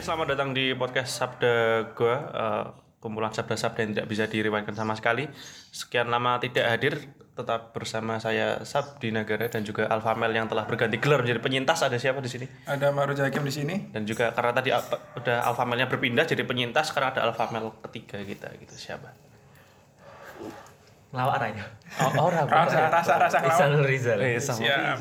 selamat datang di podcast Sabda Gua eh, Kumpulan Sabda-Sabda yang tidak bisa direwatkan sama sekali Sekian lama tidak hadir Tetap bersama saya Sabdi Nagara dan juga Alfamel yang telah berganti gelar menjadi penyintas Ada siapa di sini? Ada Maruja Hakim di sini. Dan juga karena tadi apa- udah Alfamelnya berpindah jadi penyintas Karena ada Alfamel ketiga kita gitu siapa? Lawak Raya. Oh, orang Rasa rasa rasa ngelawan. Rizal Rizal. Eh, sama. Siap.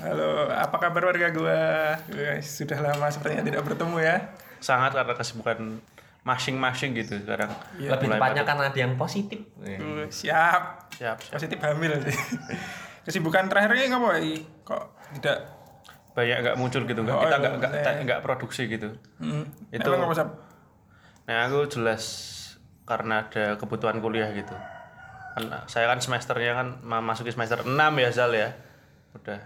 Halo, apa kabar warga gua? Guys, Sudah lama sepertinya tidak bertemu ya. Sangat karena kesibukan masing-masing gitu sekarang Iya, Lebih Mulai tepatnya karena ada yang positif. Uh, Siap. Siap, siap. Positif hamil sih. Kesibukan terakhirnya ngapa? Iki? Kok tidak banyak nggak muncul gitu nggak Oh, kita iya, nggak nggak maksudnya- nggak produksi gitu hmm, Itu- emang ngapa, Sab? Nah aku jelas karena ada kebutuhan kuliah gitu. Kan, saya kan semesternya kan ma- masuki semester 6 ya Zal ya. Udah.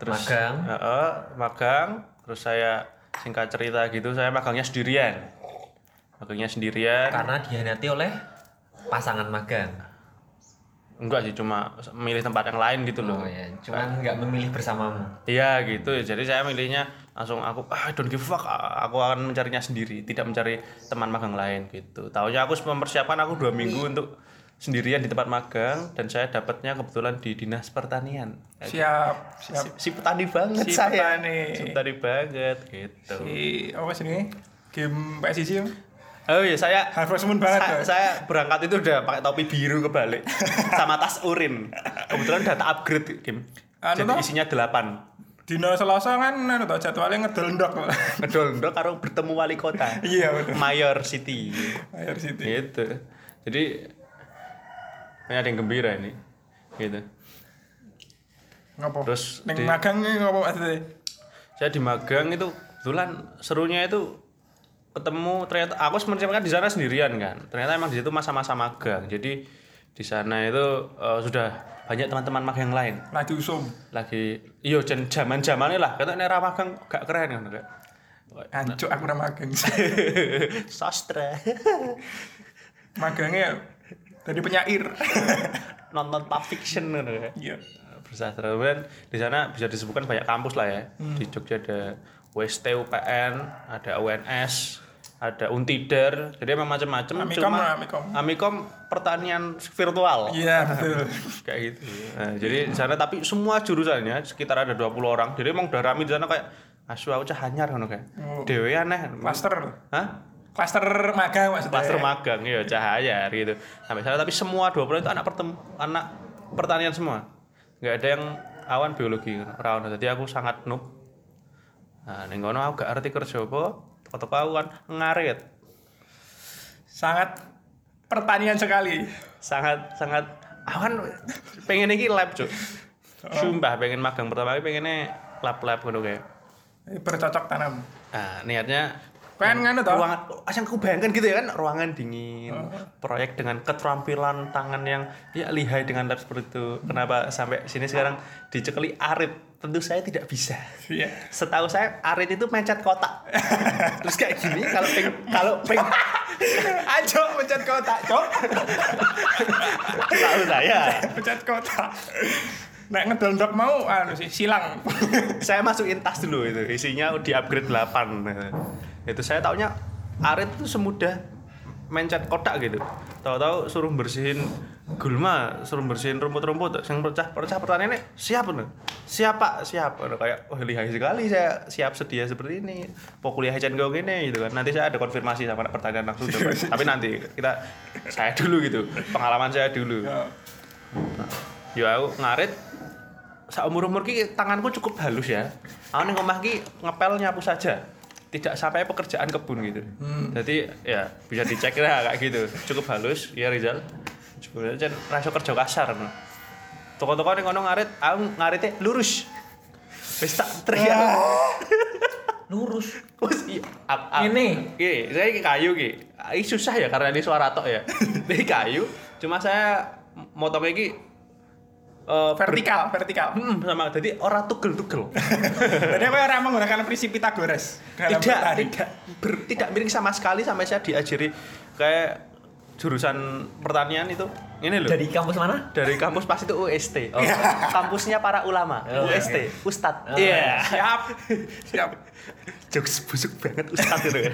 Terus Magang. Heeh, magang. Terus saya singkat cerita gitu saya magangnya sendirian. Magangnya sendirian. Karena dihianati oleh pasangan magang. Enggak sih cuma milih tempat yang lain gitu loh. Oh ya, cuman nggak memilih bersamamu. Iya gitu, jadi saya milihnya langsung aku ah I don't give a fuck, A- aku akan mencarinya sendiri, tidak mencari teman magang lain gitu. Tahunya aku mempersiapkan aku dua minggu untuk sendirian di tempat magang dan saya dapatnya kebetulan di dinas pertanian. Siap, siap. Si, si petani banget Si saya. petani. Si petani banget gitu. Si apa sih ini? Game PSIC ya? Oh iya saya Harvest Moon banget. saya, guys. saya berangkat itu udah pakai topi biru kebalik sama tas urin. Kebetulan udah tak upgrade game. Anu Jadi toh? isinya 8. Dino Selasa kan anu tau jadwalnya ngedol ndok. Ngedol ndok karo bertemu wali kota. Iya, betul. Mayor City. Air City. gitu. Jadi ini ada yang gembira ini. Gitu. Ngapa? Terus Neng di- magangnya ngapa maksudnya? Saya di magang itu kebetulan serunya itu ketemu ternyata aku sebenarnya kan di sana sendirian kan. Ternyata emang di situ masa-masa magang. Jadi di sana itu eh, sudah banyak teman-teman magang yang lain Laju usum. lagi iyo jen- zaman-zamannya lah kata nek ra magang gak keren kan gak Ancuk aku ora magang. sastra magangnya dari penyair nonton pulp fiction kan gak? iya bersastra kemudian di sana bisa disebutkan banyak kampus lah ya Hmm. di Jogja ada WST UPN ada UNS ada Untider jadi emang macam-macam Amikom lah, Amikom. Amikom pertanian virtual iya betul kayak gitu nah, jadi di sana tapi semua jurusannya sekitar ada 20 orang jadi emang udah rame di sana kayak asu aku cah anyar ngono kayak Oh. dewe aneh klaster Hah? klaster magang maksudnya Klaster magang ya cahaya gitu. Sampai sana tapi semua 20 itu anak pertem anak pertanian semua. Nggak ada yang awan biologi rawan. Jadi aku sangat noob. Nah, ning kono aku gak ngerti kerja apa, foto kawan ngaret. sangat pertanian sekali Sangat sangat awan pengen iki lab, Cuk. Sumpah pengen magang pertama kali pengennya lab-lab ngono kayak. bercocok tanam Nah, niatnya pengen nganu toh ruangan as yang aku bayangkan gitu ya kan ruangan dingin proyek dengan keterampilan tangan yang ya lihai dengan lab seperti itu kenapa sampai sini sekarang dicekeli arit tentu saya tidak bisa iya setahu saya arit itu mencet kotak terus kayak gini kalau peng kalau peng ajo pecat kotak cok setahu saya pecat kotak Nek ngedondok mau anu sih silang. saya masukin tas dulu itu isinya di upgrade 8 itu saya taunya arit itu semudah mencet kotak gitu tahu-tahu suruh bersihin gulma suruh bersihin rumput-rumput yang pecah pecah pertaniannya siap nih siap pak siap Nah, kayak wah lihai sekali saya siap sedia seperti ini pokuliah hajan gaung ini gitu kan nanti saya ada konfirmasi sama anak pertanian langsung coba. tapi nanti kita saya dulu gitu pengalaman saya dulu Ya aku ngarit saat umur umur ki tanganku cukup halus ya. Aku nih ngomah ki ngepel nyapu saja, tidak sampai pekerjaan kebun gitu. Jadi ya bisa dicek lah kayak gitu. Cukup halus ya Rizal. Sebenarnya jan rasio kerja kasar. no. Toko-toko nih kono ngarit, aku ngaritnya lurus. Wis tak Ah. teriak. Lurus. Wis iya. Ap- ap- Ini? Ki, saya ki kayu ki. Ini susah ya karena ini suara tok ya. Ini kayu. Cuma saya motongnya ki eh, ber- Vertikal, vertikal. Hmm, sama. Jadi orang tugel-tugel. Jadi apa orang menggunakan prinsip Pitagoras? tidak, dalam bertani? tidak, ber- tidak miring sama sekali sampai saya diajari kayak jurusan pertanian itu ini loh Dari kampus mana? dari kampus pasti itu UST oh. kampusnya para ulama Oh, UST oke. Ustad Oh, iya Siap. Siap. jokes busuk banget Ustad itu ya.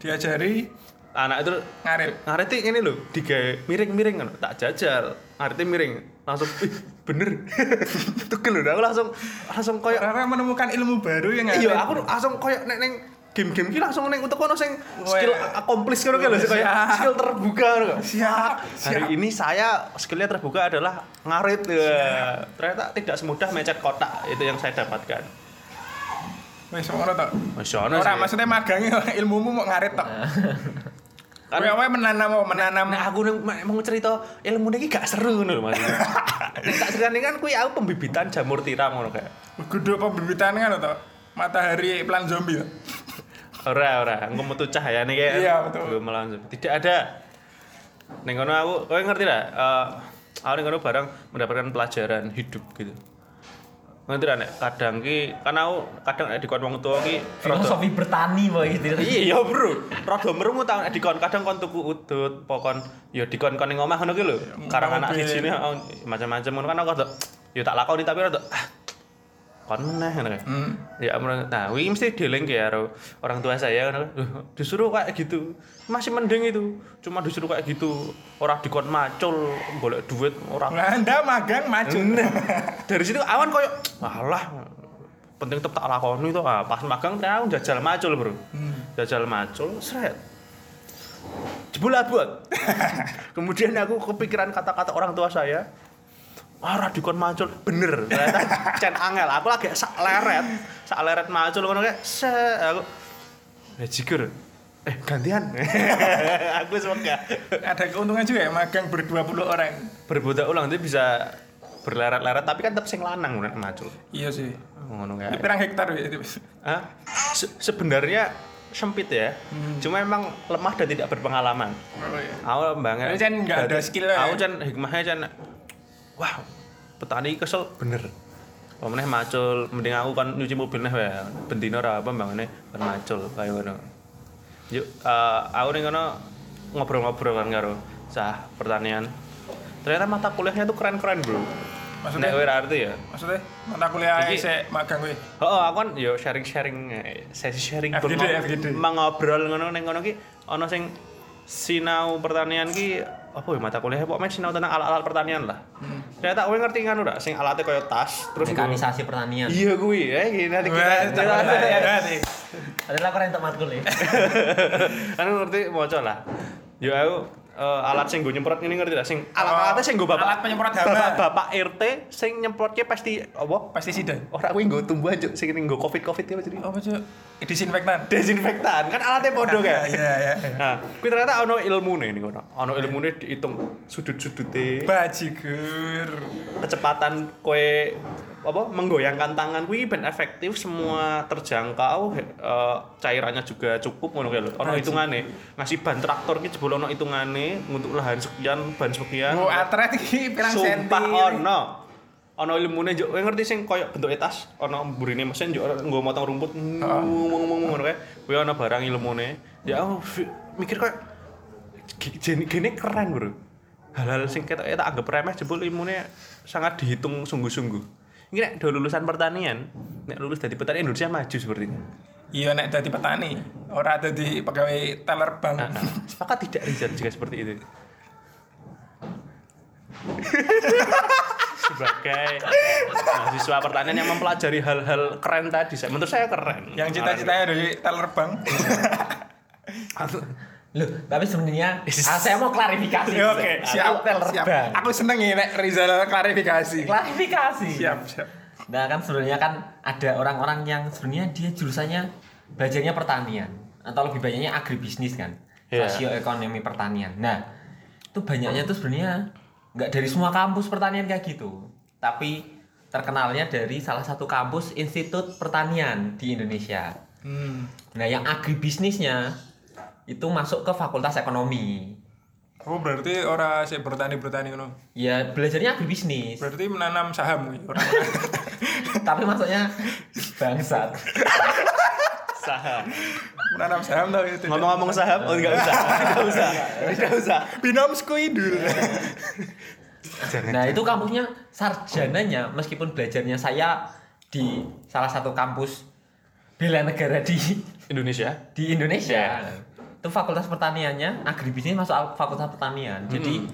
Diajari anak itu ngarit. ngareti ini loh digawe miring-miring kan tak jajar ngareti miring langsung ih bener tugel loh aku langsung langsung koyo Rara menemukan ilmu baru yang ngarit. iya aku langsung koyo nek neng game-game ki langsung neng utek ono sing skill Weh. accomplished ngono ki lho koyo Siap. skill terbuka ngono kok. siap. Siap. Hari ini saya skillnya terbuka adalah ngarit. Wah, Ternyata tidak semudah mencet kotak itu yang saya dapatkan. Wes ngono tok. Masya Allah Ora sih. maksudnya magangnya ilmumu mau ngarit tok. Kan- Kowe wae menanam mau menanam. Nah aku neng- mek- mau cerita ilmu ini gak seru ngono lho Mas. Nek tak ceritani kan kuwi aku pembibitan jamur tiram ngono kayak. Guduk pembibitan kan tok. Matahari pelan zombie. tok. Ora ora, engko metu cahayane kayak. Iya, betul. Belum melangsung. Tidak ada. Ning kono aku, kowe ngerti lah. Eh aku ning kono barang mendapatkan pelajaran hidup gitu. Ngerti lah nek kadang ki kan aku kadang nek dikon wong tua ki rada Filosofi bertani boy gitu. Iya bro, rada merungu tau nek dikon kadang kon tuku udut, pokon ya dikon kon ning omah ngono ki lho. Karang anak mobil. siji macam-macam ngono kan aku rada ya tak lakoni tapi rada ah, kon meneh ngono kayak. Hmm. ya menurut nah ini mesti dealing ya karo orang tua saya kan Loh, disuruh kayak gitu masih mending itu cuma disuruh kayak gitu orang dikon macul boleh duit orang Lah anda magang maju. dari situ awan koyo alah penting tetap tak lakoni itu ah, pas magang ternyata aku jajal macul bro jajal macul seret jebul buat kemudian aku kepikiran kata-kata orang tua saya ah radikon macul bener ternyata cen angel aku lagi sak leret sak leret macul ngono kayak se aku eh jigur eh gantian aku semoga Ada keuntungan juga ya magang berdua puluh orang. berbudak ulang dia bisa berleret-leret tapi kan tetap sing lanang nek macul Iya sih. ngono Ini kae Pirang hektar ya itu. Hah? Ah, Se- sebenarnya sempit ya Hmm. cuma emang lemah dan tidak berpengalaman Oh, iya. awal banget Tapi Chan nggak ada skill lah ya. aku Chan hikmahnya Chan wah petani kesel bener Pemeneh macul, mending aku kan nyuci mobil nih ya, bentino ora apa bangunnya kan macul kayak ngono. Yuk, eh, aku nih ngono ngobrol-ngobrol kan karo sah pertanian. Ternyata mata kuliahnya tuh keren-keren bro. Maksudnya? Nek ora arti ya. Maksudnya mata kuliah Iki- saya magang gue. Oh, oh, aku kan yo sharing-sharing, eh, sesi sharing FGD, bermang- FGD. mengobrol ngono ning ngono ki ana sing sinau pertanian ki apa ya mata kuliah pokoknya sinau tentang alat-alat pertanian lah. Hmm. Ternyata kowe ngerti kan ora sing alatnya kaya tas terus gua- Mekanisasi pertanian. Iya kuwi, eh gini nanti kita Wah, kita- cakep banget ya. Adalah aku rentok matkul ya. kan ngerti maca lah. Yo aku eh, alat sing gue nyemprot ini ngerti lah sing alat-alatnya sing gue bapak Oh. Alat penyemprot hama. bapak-bapak RT sing nyemprotnya pasti apa Pestisida. ora kuwi nggo tumbuhan juk sing nggo covid-covid ya jadi Apa cuy? Disinfektan. desinfektan kan alatnya podo Iya kan iya. iya. nah kuwi ternyata ono ilmune ini kono ono ilmune dihitung sudut-sudute Bajigur. kecepatan kue apa menggoyangkan tangan kuwi ben efektif semua terjangkau he- eh, cairannya juga cukup ngono kae lho ono hitungane ngasih ban traktor ki jebol ono hitungane untuk lahan sekian ban sekian Mau atret iki pirang Kan- senti. Sumpah ono. Ono ilmune njuk kowe ngerti sing koyo bentuke tas, ono mburine mesin njuk ono nggo motong rumput ngomong-ngomong ngono kae. Kowe ono barang ilmune. Ya aku fi- mikir koyo "G- gene gene keren, Bro. Hal-hal sing ketoke tak anggap remeh jebul ilmune sangat dihitung sungguh-sungguh. Ini nek do lulusan pertanian, nek lulus dari petani Indonesia maju sepertinya. Iya nek dadi petani, ora dadi pegawai teller bank. Nah, nah, sepakat tidak Rizal jika seperti itu? Sebagai mahasiswa pertanian yang mempelajari hal-hal keren tadi, saya menurut saya keren. Yang cita-citanya dari teller bank. Iya, Loh, tapi sebenarnya ah, saya mau klarifikasi. Ya, iya. Oke, Aku siap. teller siap. bank. Aku seneng ya nek Rizal klarifikasi. Klarifikasi. Siap, siap. Nah kan sebenarnya kan ada orang-orang yang sebenarnya dia jurusannya belajarnya pertanian atau lebih banyaknya agribisnis kan, Iya. sosioekonomi pertanian. Nah itu banyaknya tuh sebenarnya nggak dari semua kampus pertanian kayak gitu, tapi terkenalnya dari salah satu kampus Institut Pertanian di Indonesia. Hmm. Nah yang agribisnisnya itu masuk ke Fakultas Ekonomi. Oh berarti ora sik bertani-bertani ngono. Ya belajarnya agribisnis. Berarti menanam saham kuwi. Ora. tapi maksudnya bangsat Saham. menanam saham tau itu. Ngomong-ngomong saham, oh enggak usah. Enggak usah. Enggak usah. binomsku idul. Iya. Jangan. Nah itu kampusnya sarjananya meskipun belajarnya saya di salah satu kampus bela negara di Indonesia. di Indonesia itu fakultas pertaniannya agribisnis masuk al- fakultas pertanian jadi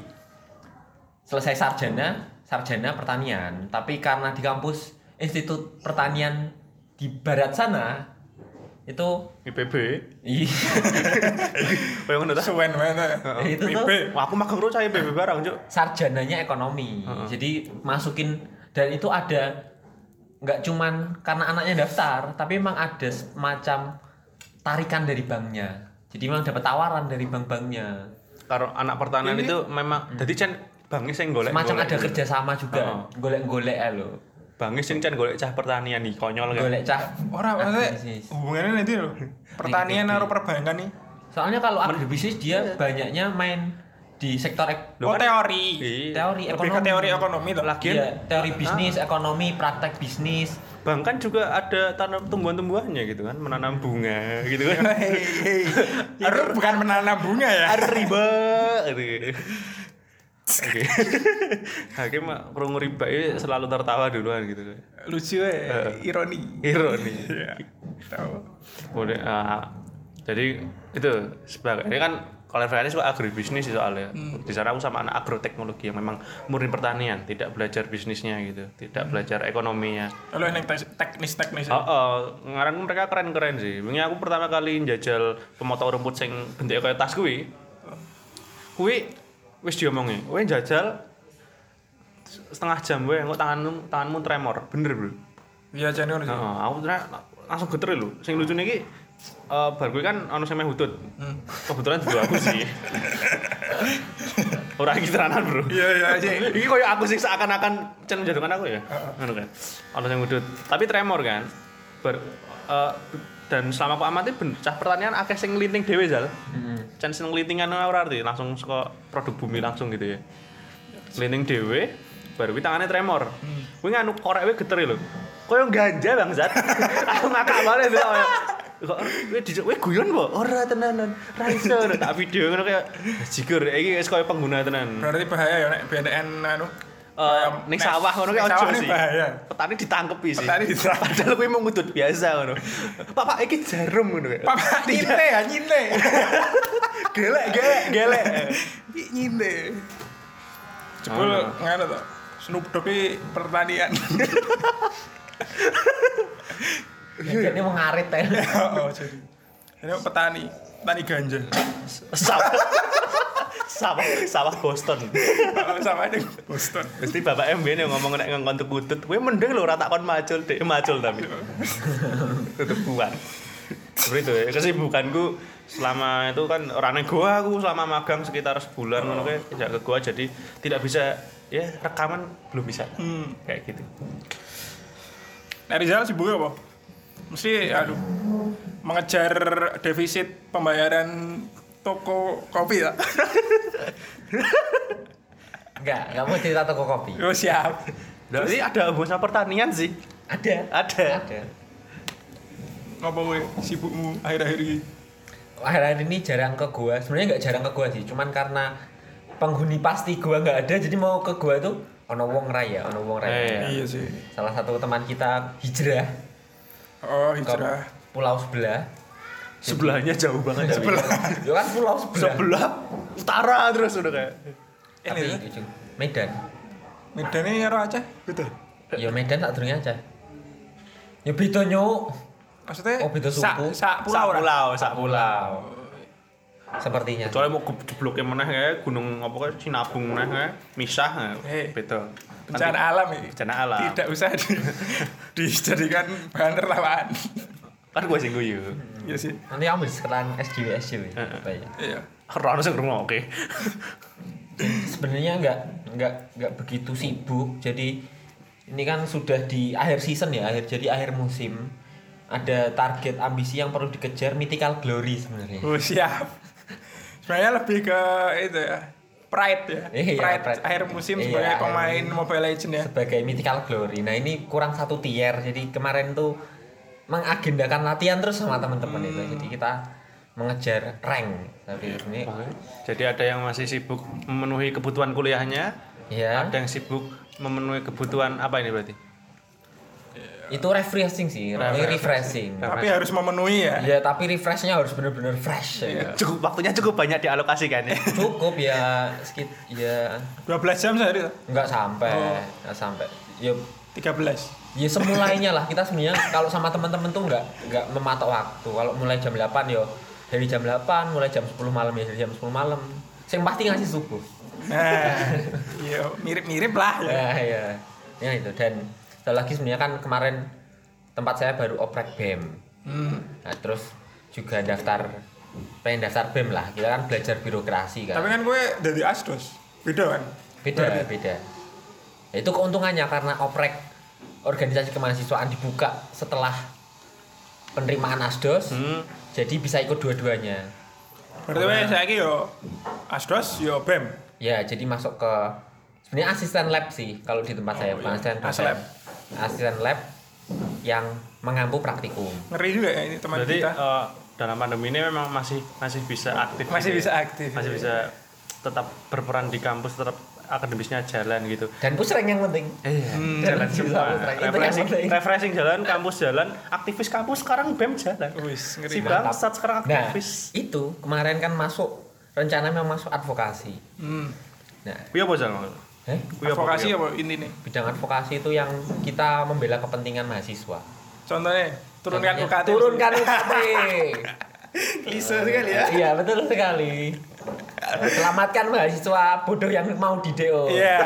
selesai sarjana sarjana pertanian tapi karena di kampus institut pertanian di barat sana itu IPB. ih, Kayak ngono ta? Suwen mana? Oh, itu IP. tuh Wah, aku magang ro cah IPB barang, Cuk. sarjananya ekonomi. Jadi masukin dan itu ada nggak cuman karena anaknya daftar, tapi memang ada semacam tarikan dari banknya. Jadi memang dapat tawaran dari bank-banknya. Karo anak pertanian itu memang dadi cen bangi sing golek. Semacam ada kerjasama juga, golek-golek ya lo, Bangi sing cen golek cah pertanian nih, konyol kan. golek cah. Iya, Orang maksudnya Agribisnis. hubungannya nanti loh. Pertanian naruh perbankan nih. Soalnya kalau agribisnis dia banyaknya main di sektor ek- Loh, Oh kan- teori. Iya. teori Lebih ke ekonomi. teori ekonomi tuh. Lagi Iya, teori bisnis, ekonomi, praktek bisnis. Bang kan juga ada tanam tumbuhan-tumbuhannya gitu kan, menanam bunga gitu kan. Iya. Hei, Aduh, bukan menanam bunga ya. Ada riba gitu. Oke. Hakim mah krungu riba ini selalu tertawa duluan gitu. Lucu ya, Eh. ironi. Ironi. Iya. Tahu. Boleh. ah. jadi itu sebagai ini kan kualifikasi suka agribisnis sih soalnya. Hmm. Di sana aku sama anak agroteknologi yang memang murni pertanian, tidak belajar bisnisnya gitu, Hmm. tidak belajar ekonominya. Lalu yang tes- teknis-teknis. Oh, oh, ngaran mereka keren-keren sih. Wingi aku pertama kali njajal pemotong rumput sing bentuknya kayak tas kuwi. Kuwi wis diomongi, kowe njajal setengah jam kowe engko tanganmu tanganmu tremor, bener, Bro. Iya, jangan Heeh, ngono. aku ternyata langsung geter lho. Sing lucune iki eh bar gue kan ono sing meh hutut. Kebetulan dulu aku sih. Ora iki tenanan, Bro. Iya, iya, iya. Iki koyo aku sih seakan-akan cen menjatuhkan aku ya. Ngono kan. Ono sing udut. Tapi tremor kan. Ber, eh, dan selama aku amati ben cah pertanian akeh sing nglinting dhewe Zal. Cen sing nglintingan ora arti langsung saka produk bumi langsung gitu ya. Nglinting dhewe baru kuwi tangane tremor. Kuwi nganu korek kuwi geter lho. Koyo ganja Bang Zat. aku ngakak banget itu. koyo, Kok kowe dijak kowe guyon po? Ora tenanan. Ra iso tak video ngono kaya jigur iki wis koyo pengguna tenan. Berarti bahaya ya nek BNN anu. Eh, em, ning nes- sawah ngono ning ki sawah ojo ini sih. bahaya. Petani ditangkepi sih. Petani ditangkep. Padahal kuwi mau ngudut biasa ngono. Pak, iki jarum ngono Iya. kayak. Papa nyinte ya nyinte. gelek gelek gelek. Ih, nyinte. Jebul Oh. ngono to. Snoop Dogg ki pertanian. Ya, Ini mau ngarit ya. Oh, jadi. Ini petani, petani ganja. Sawah. sawah sawah Boston. Oh, Sama ini Boston. Mesti bapak MB yang ngomong nek ngongkon tekutut, kowe mending lho ora takon macul, dek macul tapi. Tetep buan. Seperti itu ya, kesibukanku selama itu kan orangnya gua aku selama magang sekitar sebulan ngono kayak tidak ke gua jadi tidak bisa ya rekaman belum bisa Hmm. kayak gitu. Nah, Rizal sibuk apa? Mesti aduh mengejar defisit pembayaran toko kopi ya. Enggak, enggak mau cerita toko kopi. Yo siap. Jadi ada hubungan sama pertanian sih. Ada. Ada. Ada. Ngapa we sibukmu akhir-akhir ini? akhir-akhir ini jarang ke gua sebenarnya nggak jarang ke gua sih cuman karena penghuni pasti gua nggak ada jadi mau ke gua tuh ono wong raya ono wong raya Eh, Iya sih. salah satu teman kita hijrah Oh, ke hijrah. pulau sebelah Sebelahnya jauh banget dari- sebelah. itu kan pulau sebelah, utara terus udah kayak. tapi Ini itu Medan Medan ini arah Aceh, betul. ya Medan tak turunnya aja ya beda nyuk Maksudnya Oh, beda sak- suku. sak pulau sak ora? pulau, sak pulau. sepertinya Kecuali mau jeblok yang mana kayak gunung apa kayak Sinabung mana kayak misah kayak. Eh. beda. Bencana alam ini. Bencana alam. Tidak usah di- dijadikan bahan tertawaan. Kan gua sing guyu. Iya sih. nanti ambil sekitaran SJW SJW Baik. Iya. Ora ono sing ngrungokno, oke. sebenarnya nggak nggak nggak begitu sibuk jadi ini kan sudah di akhir season ya akhir jadi akhir musim ada target ambisi yang perlu dikejar mythical glory sebenarnya Oh, siap. Sebenarnya lebih ke itu ya. Pride ya. Iya, pride, pride. akhir musim Iya, sebagai akhir pemain musim. Mobile Legends ya. sebagai mythical glory nah ini kurang satu tier jadi kemarin tuh mengagendakan latihan terus sama teman-teman itu. Jadi kita mengejar rank. Tapi ini Jadi ada yang masih sibuk memenuhi kebutuhan kuliahnya, ya ada yang sibuk memenuhi kebutuhan apa ini berarti? itu refreshing sih, refreshing. Tapi harus memenuhi ya. Ya tapi refreshnya harus bener-bener fresh. Ya. Cukup waktunya cukup banyak dialokasikan ya. Cukup ya skip ya 12 jam sehari, toh? nggak sampai nggak sampai ya 13. ya semulainya lah kita sebenarnya kalau sama teman-teman tuh nggak nggak mematok waktu kalau mulai jam 8 yo dari jam 8 mulai jam 10 malam ya dari jam 10 malam sing pasti ngasih subuh Nah, iya mirip-mirip lah ya. ya ya ya itu dan satu lagi sebenarnya kan kemarin tempat saya baru oprek bem Hmm. nah, terus juga daftar pengen daftar bem lah kita kan belajar birokrasi kan Tapi kan gue dari asdos, beda kan? beda Nah. beda Ya, itu keuntungannya karena oprek organisasi kemahasiswaan dibuka setelah penerimaan asdos Hmm. jadi bisa ikut dua-duanya Berarti gue saya ini yo asdos, yo bem. ya jadi masuk ke sebenarnya asisten lab sih kalau di Oh, tempat iya. saya bukan asisten dosen. Aslab. asisten lab yang mengampu praktikum Ngeri juga ya ini teman Berarti kita. eh, dalam pandemi ini memang masih masih bisa aktif. Masih gitu bisa ya. aktif, Masih iya. bisa tetap berperan di kampus, tetap akademisnya jalan gitu. dan pusreng yang penting Iya, Hmm, jalan jalan semua. jalan, Frank. Itu yang Refreshing, penting. refreshing jalan, kampus jalan, aktivis kampus sekarang BEM jalan. Wis, ngeri Si banget. bangsat sekarang nah aktivis. itu kemarin kan masuk rencana memang masuk advokasi Hmm. nah Kuwi apa jalan? eh, Kuwi apa, Advokasi kuwi apa? apa ini nih? bidang advokasi itu yang kita membela kepentingan mahasiswa Contohnya turunkan Contohnya, UKT. turunkan UKT Klise sekali ya. iya betul sekali selamatkan mahasiswa bodoh yang mau di DO Iya.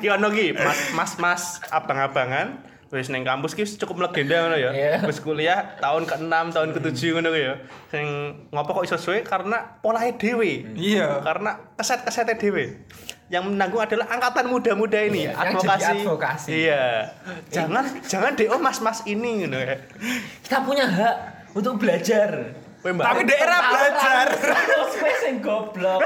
Ki ono ki, Mas Mas Mas abang-abangan wis ning kampus ki cukup legenda ngono ya. Iya. Wis kuliah tahun ke-6, tahun ke-7 ngono ki ya. Sing ngopo kok iso suwe karena polahe dhewe. Iya. Karena keset-kesete dhewe. Yang menanggung adalah angkatan muda-muda ini, Iya, yang jadi advokasi. advokasi. Iya. Jangan jangan DO mas-mas ini ngono ya. kita punya hak untuk belajar kan? Weh, Mbak. Tapi daerah Tentang belajar. orang- orang space yang goblok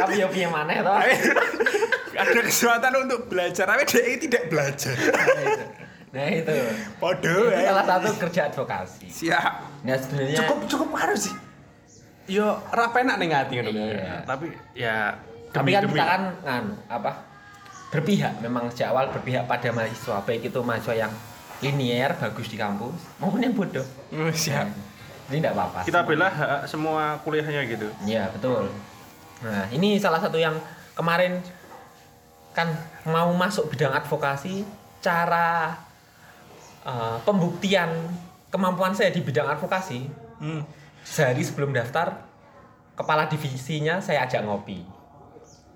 tapi ya punya mana toh Ada kesempatan untuk belajar, tapi dia tidak belajar. Nah, itu. nah itu Podo itu salah ya. satu kerja advokasi Siap. nah Ya. sebenarnya cukup cukup harus sih yo ra penak ning ati ngono Iya. gitu. tapi ya tapi kan kita kan nganu, apa berpihak memang sejak awal berpihak pada mahasiswa baik itu mahasiswa yang linier bagus di kampus maupun yang bodoh Hmm, Siap. jadi tidak apa-apa kita bela hak semua kuliahnya gitu ya betul nah ini salah satu yang kemarin kan mau masuk bidang advokasi cara eh, pembuktian kemampuan saya di bidang advokasi Hmm. sehari sebelum daftar kepala divisinya saya ajak ngopi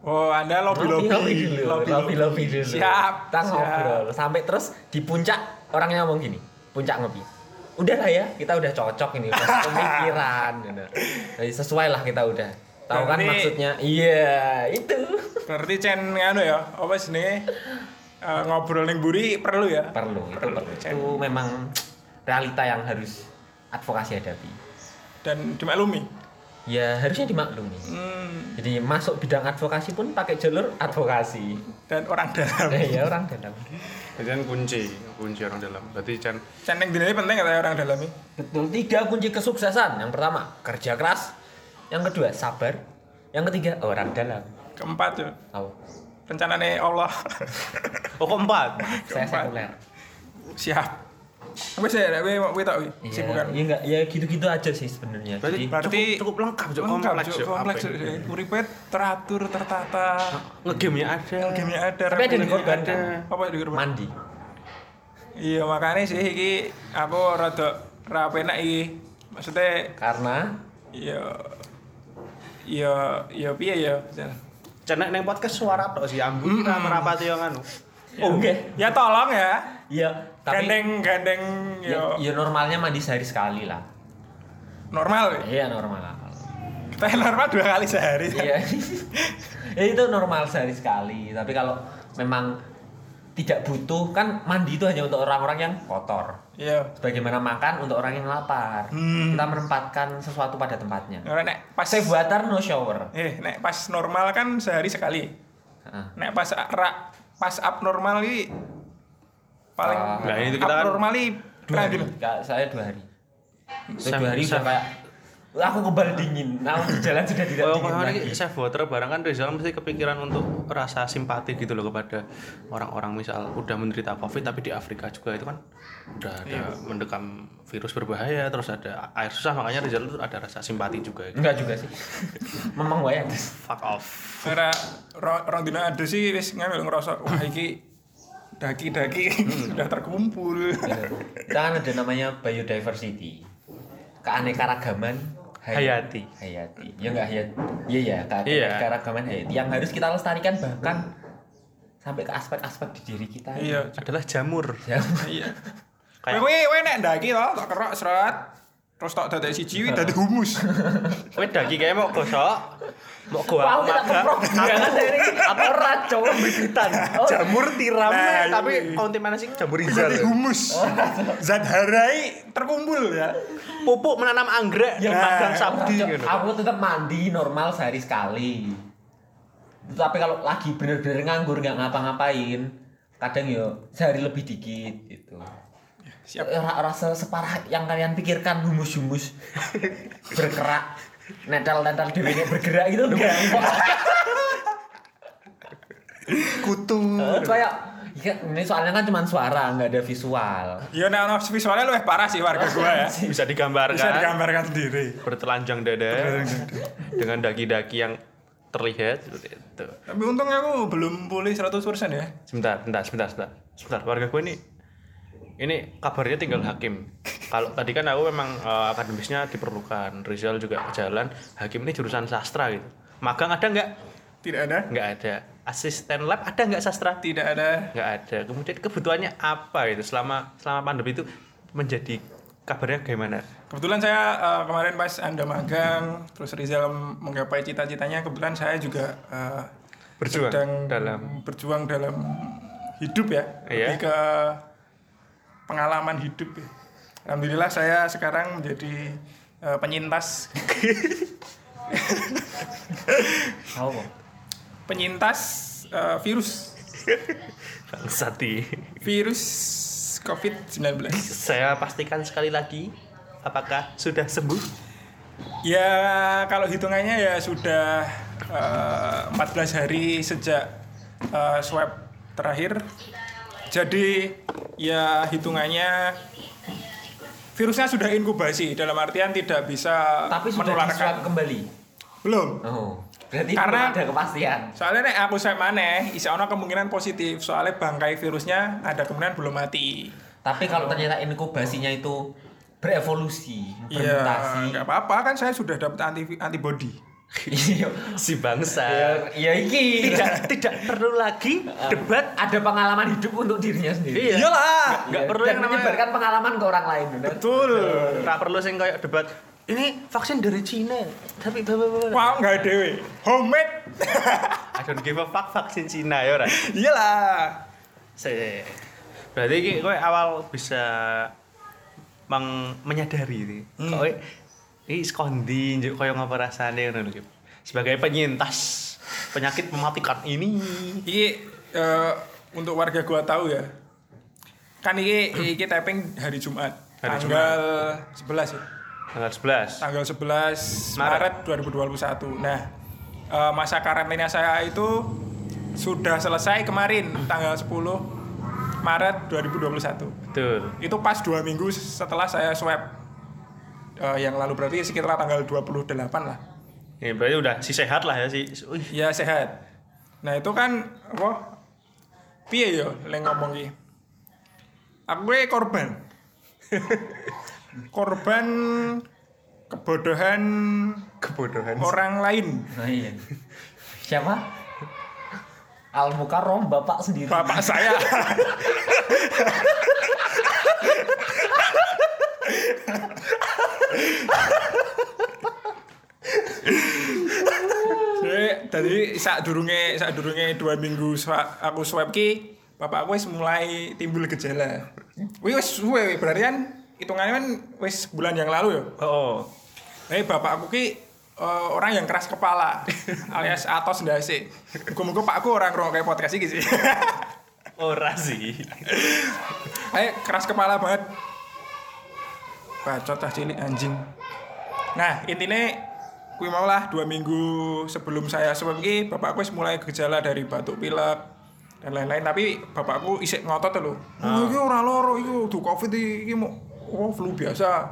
Oh, Anda lobby-lobby. lobby lobby lobby dulu Siap. ya. kita siap. ngobrol sampai terus di puncak orangnya ngomong gini puncak ngopi udah lah ya kita udah cocok ini udah pemikiran gitu. jadi sesuai lah kita udah tahu kan Berarti- maksudnya iya itu ya. Berarti Chen nganu ya, apa sini ngobrol ning buri perlu ya. perlu itu perlu Cek. itu memang realita yang harus advokasi hadapi Dan dimaklumi. ya harusnya dimaklumi Hmm. jadi masuk bidang advokasi pun pakai jalur advokasi Dan orang dalam. Eh, ya orang dalam jadi kan kunci kunci orang dalam berarti Chan Chen ning dunia ini penting kata orang dalam ini. Betul, tiga kunci kesuksesan. Yang pertama, kerja keras. Yang kedua, sabar. Yang ketiga, oh, orang dalam. Keempat ya, Oh, rencananya Allah. oh kok empat saya Keempat. sekuler. Siap. Wis kan? ya, gue mau gue tau iki. Iya, Sibukan. ya enggak, ya gitu-gitu aja sih sebenarnya. berarti, Jadi, berarti- cukup, cukup lengkap cukup Lengkap, kompleks Cuk. cukup kompleks. Cuk. Uripe teratur, tertata. ngegame nya ada Game ada. Tapi ada rapotnya dikorbankan. ada. Apa yang dikorbankan? mandi. Iya, makanya sih iki aku rada ra penak iki. Maksudnya Karena ya ya ya piye ya. Chan nek neng podcast suara tok sih ambu mm merapati yang anu oh enggak. Ya tolong ya. Iya, tapi Gandeng gandeng ya, ya ya normalnya mandi sehari sekali lah. normal. Iya, normal. Kita yang normal dua kali sehari. Iya. ya itu normal sehari sekali, tapi kalau memang tidak butuh kan mandi itu hanya untuk orang-orang yang kotor. Iya. Bagaimana makan untuk orang yang lapar. Hmm. Kita menempatkan sesuatu pada tempatnya. Ora nek pas Safe water no shower. Eh, nek pas normal kan sehari sekali. Heeh. Nek pas ra, pas abnormal iki paling Nah, ini kita kan- abnormali dua hari terakhir. Kak, saya dua hari saya Sam- dua hari udah Sam- kayak "Wah, aku kebal dingin nah di jalan sudah tidak Oh, dingin kalau lagi ini chef water barang kan Rizal mesti kepikiran untuk rasa simpati gitu loh kepada orang-orang misal udah menderita covid tapi di Afrika juga itu kan udah ada mendekam virus berbahaya terus ada air susah makanya Rizal tuh ada rasa simpati juga gitu. enggak juga sih memang wae terus fuck off Ora ro- rong dina ado sih wis ngambil ngerasa wah iki daki-daki sudah terkumpul. kita kan ada namanya biodiversity keanekaragaman Hayati. hayati ya enggak hayati iya ya Iya. keanekaragaman hayati yang harus kita lestarikan bahkan sampai ke aspek-aspek di diri kita Iya. adalah jamur Ya. Iya. Kowe Kayak- kowe kowe nek daki to, tak kerok seret. Terus tak dadek siji wih dadi humus. Kowe daki kayak mau gosok mau Wah, gua kita keprograman dari apa raco berbitan. Oh, jamur tiram Nah, tapi iya. kontimennya sih jamur Rizal Dadi humus. Zat harai terkumpul ya. pupuk menanam anggrek yang Nah. magang sabdi Cok, gitu Aku tetap mandi normal sehari sekali. Tapi kalau lagi bener-bener nganggur nggak ngapa-ngapain, kadang yo sehari lebih dikit gitu. Siap. Ora rasa separah yang kalian pikirkan humus-humus bergerak netel-netel dewe nek bergerak gitu enggak. kutu Eh, Kayak ya, ini soalnya kan cuma suara, nggak ada visual. Ya nek ono visualnya luwih parah sih warga gua ya. bisa Bisa digambarkan digambarkan sendiri. bertelanjang dada dengan daki-daki yang terlihat seperti itu. Tapi untung aku belum pulih 100% ya. Sebentar, sebentar, sebentar, sebentar. Sebentar, warga gue ini ini kabarnya tinggal hakim. Kalau tadi kan aku memang eh, akademisnya diperlukan, Rizal juga jalan. Hakim ini jurusan sastra gitu. Magang ada nggak? Tidak ada. Nggak ada. Asisten lab ada nggak sastra? Tidak ada. Nggak ada. Kemudian kebutuhannya apa itu selama selama pandemi itu menjadi kabarnya gimana? Kebetulan saya eh, kemarin pas Anda magang, terus Rizal menggapai cita-citanya, kebetulan saya juga eh, Berjuang sedang dalam- berjuang dalam hidup ya. Iya. Lebih ke pengalaman hidup ya. Alhamdulillah saya sekarang menjadi eh, penyintas Tahu kok. penyintas eh, virus Bangsati. virus COVID-19. Saya pastikan sekali lagi, apakah sudah sembuh? Ya kalau hitungannya ya sudah eh, 14 hari sejak eh, swab terakhir. Jadi ya hitungannya virusnya sudah inkubasi dalam artian tidak bisa Tapi sudah menularkan. di-swab kembali. Belum. Oh, berarti Karena- belum ada kepastian. Soalnya nek aku swab maneh, isa ono kemungkinan positif. Soalnya bangkai virusnya ada kemungkinan belum mati. Tapi kalau ternyata inkubasinya itu berevolusi, Iya, bermutasi. nggak apa-apa kan saya sudah dapat anti antibody. Iya, Si bangsa. ya- ya iki. Tidak, tidak perlu lagi debat. Ada pengalaman hidup untuk dirinya sendiri. Iyalah, Iya, nggak perlu dan yang namanya. menyebarkan pengalaman ke orang lain. bener. Betul. Nggak perlu sing kayak debat. Ini vaksin dari Cina, tapi bla bla bla. Wow, nggak dewe. Homemade. I don't give a fuck vaksin Cina ya ora. Iyalah. Se- Berarti iki kowe awal bisa meng menyadari ini. Kowe iki skondi njuk koyo ngopo rasane ngono lho. Ki. Sebagai penyintas penyakit mematikan ini. Iki eh, untuk warga gua tahu ya. Kan iki iki taping hari Jumat. Hari tanggal 11 ya. tanggal 11 Tanggal 11 Maret. Maret, 2021. Nah, eh, masa karantina saya itu sudah selesai kemarin tanggal 10 Maret 2021. betul Itu pas dua minggu setelah saya swab Eh, yang lalu berarti sekitar tanggal 28 lah. ya berarti udah si sehat lah ya si si- wih, Ya sehat. Nah itu kan apa? Piye yo leng ngomong ki. Aku kuwi korban. korban kebodohan kebodohan orang lain. Nah, iya. Siapa? Al Mukarrom bapak sendiri. Bapak saya. Jadi, dari saat durunge saat durunge dua minggu swa- aku swab ki, bapak aku wis mulai timbul gejala. Wih wis suwe berarti kan hitungannya kan wis bulan yang lalu ya. oh Eh bapak aku ki eh, orang yang keras kepala alias atos ndase. Muga-muga pakku orang ngrungokke podcast iki sih. ora sih Ayo keras kepala banget. Bacot ah cilik anjing. Nah, intinya kui mau lah dua minggu sebelum saya swab ini bapakku wis mulai gejala dari batuk pilek dan lain-lain tapi bapakku isik ngotot lho. Oh, iki ora loro iki kudu covid iki iki mau oh, flu biasa.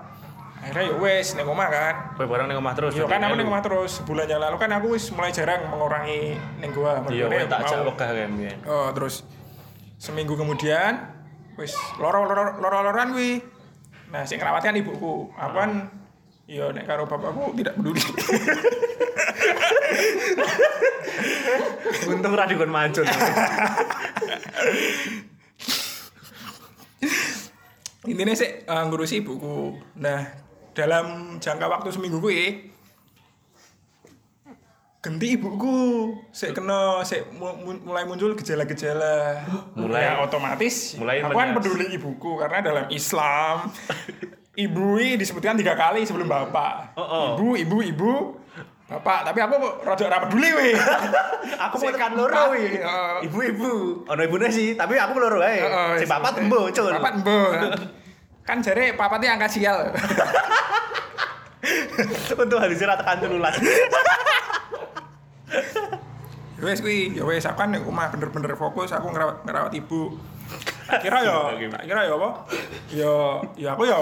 Akhirnya ya wes ning omah kan. Kowe bareng ning Iya, omah terus. Yo kan jadi anu. aku ning elu. omah terus sebulan yang lalu kan aku wis mulai jarang mengurangi ning gua. Iya, Mergone kowe tak mau- jak wegah kan, ya. kae mbiyen. Oh, terus seminggu kemudian wis loro-loro loro-loran kuwi. Nah, sing ngerawat kan ibuku. Aku kan ya nek karo bapakku tidak peduli. Untung ra dikon macun. Intinya sih eh, ngurusi ibuku. Nah, dalam jangka waktu seminggu kuwi ganti ibuku sik kena sik mu- mu- mulai muncul gejala-gejala Mulai- ya, otomatis mulai aku kan menyas- peduli ibuku karena dalam Islam ibu ini disebutkan tiga kali sebelum bapak Oh, oh. ibu ibu ibu bapak tapi aku kok rada ora peduli weh aku Sing mau tekan keempat, loro iki. iya. Ibu-ibu. Ono ibune sih, tapi aku loro ae. Heeh, Sing iya. papat seperti- embo, cul. Papat embo. kan jare papatnya angka sial. Untung harusnya ra tekan 13. ya wes kuwi, ya wes aku kan nek omah bener-bener fokus aku ngerawat, ngerawat ibu. Tak Kira yo, tak kira yo apa? Yo, yo aku yo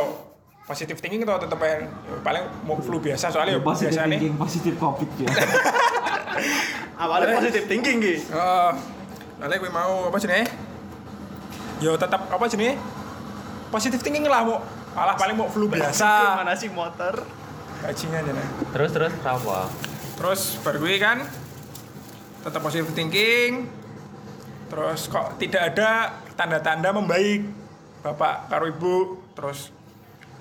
positif thinking tuh tetep ae. Yo, paling mau flu biasa soalnya yo positif biasa nih. thinking, positif covid ya. Awalnya positif thinking ki. Heeh. Soalnya gue mau apa jenenge? Yo tetap apa jenenge? Positif thinking lah mau. Malah paling mau flu biasa. Mana sih motor? Bajingan ya. Nek. Terus terus apa? Terus bar gue kan tetap positive thinking. Terus kok tidak ada tanda-tanda membaik bapak karo ibu. Terus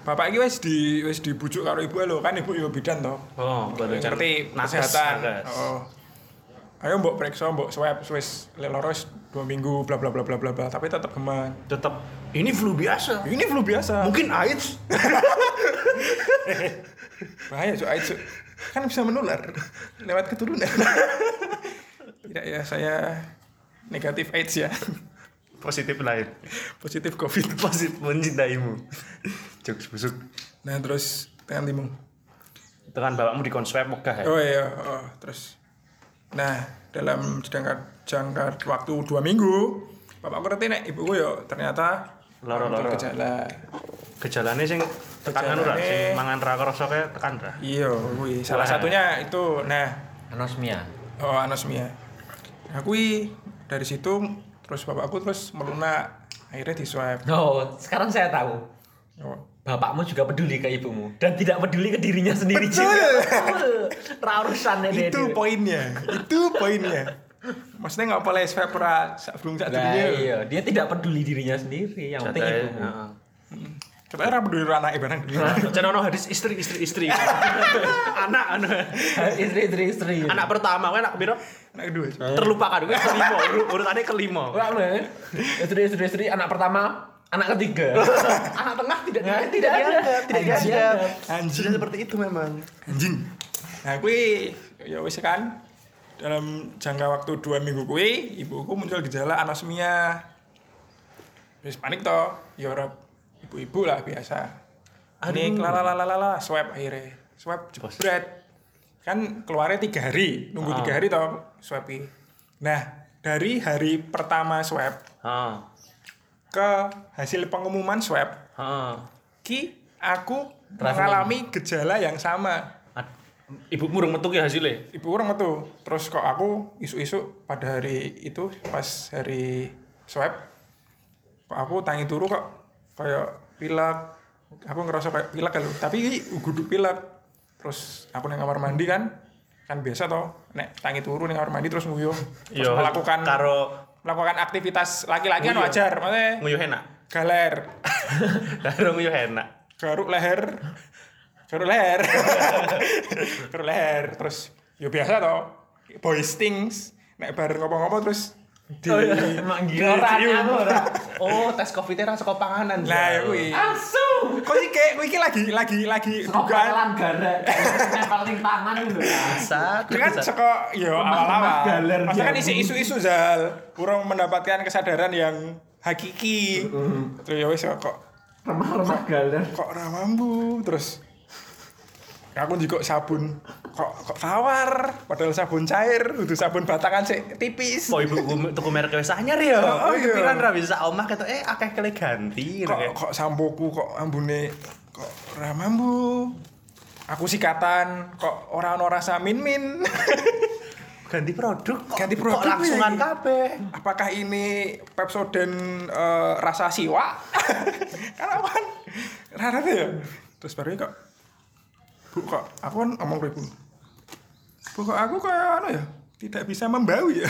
bapak ini wes di wes dibujuk karo ibu lo kan ibu yo bidan toh. Oh, baru Ngerti nakes, kesehatan. nakes. Oh. Ayo mbok periksa, mbok swab, wis leloros dua minggu bla bla bla bla bla bla. Tapi tetap geman. Tetep ini flu biasa. Ini flu biasa. Mungkin AIDS. Bahaya cuk, ayo cuk. Kan bisa menular lewat keturunan. Tidak ya, saya negatif AIDS ya. Positif lain. Positif COVID. Positif mencintaimu. Jokes busuk. Nah, terus tangan timu. Tekan bapakmu dikon swab megah ya. Oh iya, oh, terus. Nah, dalam jangka, jangka waktu dua minggu, bapakku ngerti nek ibu gue yo ternyata Loro-loro. muncul gejala. Gejalane sing tekan anu ra, Gejalane- sing mangan ra kerasa kae tekan ra. Iya, kuwi. Salah Wah. satunya itu. Nah, Anosmia. Oh, anosmia. Nah, kui dari situ terus bapakku terus melunak akhirnya di swab. No, sekarang saya tahu. Oh. Bapakmu juga peduli ke ibumu dan tidak peduli ke dirinya sendiri. Betul. Rausan deh. Itu poinnya, itu poinnya. Maksudnya nggak boleh swab pra sebelum saat Nah, dulu. iya, dia tidak peduli dirinya sendiri, yang penting Jatahe, ibumu. heeh. Kita orang peduli anak ibarat Jangan ono hadis istri istri istri. anak anu. anak istri istri istri. anak pertama kan anak piro? anak kedua. Cuk. Terlupakan gue kelima urut- urutannya kelima. Wah, bener. istri istri istri anak pertama, anak ketiga. anak tengah tidak Nah, di- tidak ada. tidak Tidak dianggap. ada. Anjing seperti itu memang. Anjing. Nah, kui ya wis kan dalam jangka waktu dua minggu kui ibuku muncul gejala anosmia. Terus panik toh, ya ora ibu-ibu lah biasa. Panik la la la la la la, swab akhirnya. Swab jebret. Kan keluarnya tiga hari, nunggu Ah. tiga hari toh swab ini. Nah, dari hari pertama swab Heeh. ke hasil pengumuman swab, Heeh. ki aku mengalami gejala yang sama. Ad- Ibu murung metu ki hasilnya. ibu orang metu terus kok aku isu-isu pada hari itu pas hari swab kok aku tangi turu kok kayak pilek aku ngerasa kayak pilek kan tapi ini gudu pilek terus aku neng kamar mandi kan kan biasa toh nek tangi turu neng kamar mandi terus nguyuh terus Iya, melakukan karo- melakukan aktivitas laki-laki kan wajar maksudnya Nguyuh enak. galer Karo nguyuh enak. garuk leher garuk leher garuk leher terus ya biasa toh boys things nek bareng ngopo-ngopo terus di Oh, iya. Emang gila orang aku ora. Oh, tes covid-nya rasa kok panganan. lah ya kuwi Asu. kok iki kowe iki lagi lagi lagi dugaan Bukan gara nempel ning tangan lho. Sat. kan saka ya awal-awal galer maksudnya kan dia. isi isu-isu Zal kurang mendapatkan kesadaran yang hakiki terus ya wes kok Remah-remah galer. kok ramambu terus aku juga sabun kok kok tawar padahal sabun cair itu sabun batangan sih tipis Kok ibu ku- tuku merek wis anyar ya. Oh, Oh, iya. kepikiran ra bisa omah ketok eh akeh kele ganti kok kok sampoku kok ambune kok ramambu aku sikatan kok orang-orang samin min ganti produk kok, Ganti produk, kok langsungan ya. kabeh. apakah ini pepsoden eh, rasa siwa kan awan rara tuh ya terus baru ini kok bu kok aku kan ngomong ke ibu bu kok aku kayak anu ya tidak bisa membau ya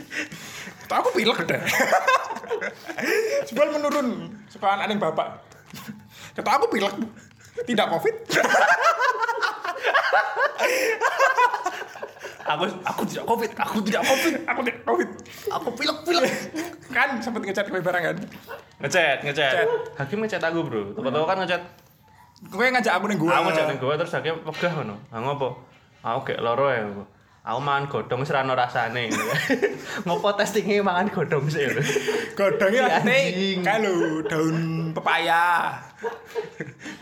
Tuh aku pilek dah sebel menurun sukaan aneh bapak Kata aku pilek Bu. tidak covid Aku aku tidak covid, aku tidak covid. aku tidak covid Aku pilek-pilek. kan sempat ngecat kue barang kan Ngechat, ngechat. Ngechat. Hakim ngechat aku, Bro. Toko-toko kan ngechat. kue ngajak aku nih gua Aku ngechat ning gua terus hakim wegah ngono. Ah ngopo? Aku gek loro ya. aku. Aku mangan godhong wis ra ono rasane. Ngopo testinge mangan godhong sih. lho? Godongnya Si maksudnya anjing. kayak lho, daun pepaya.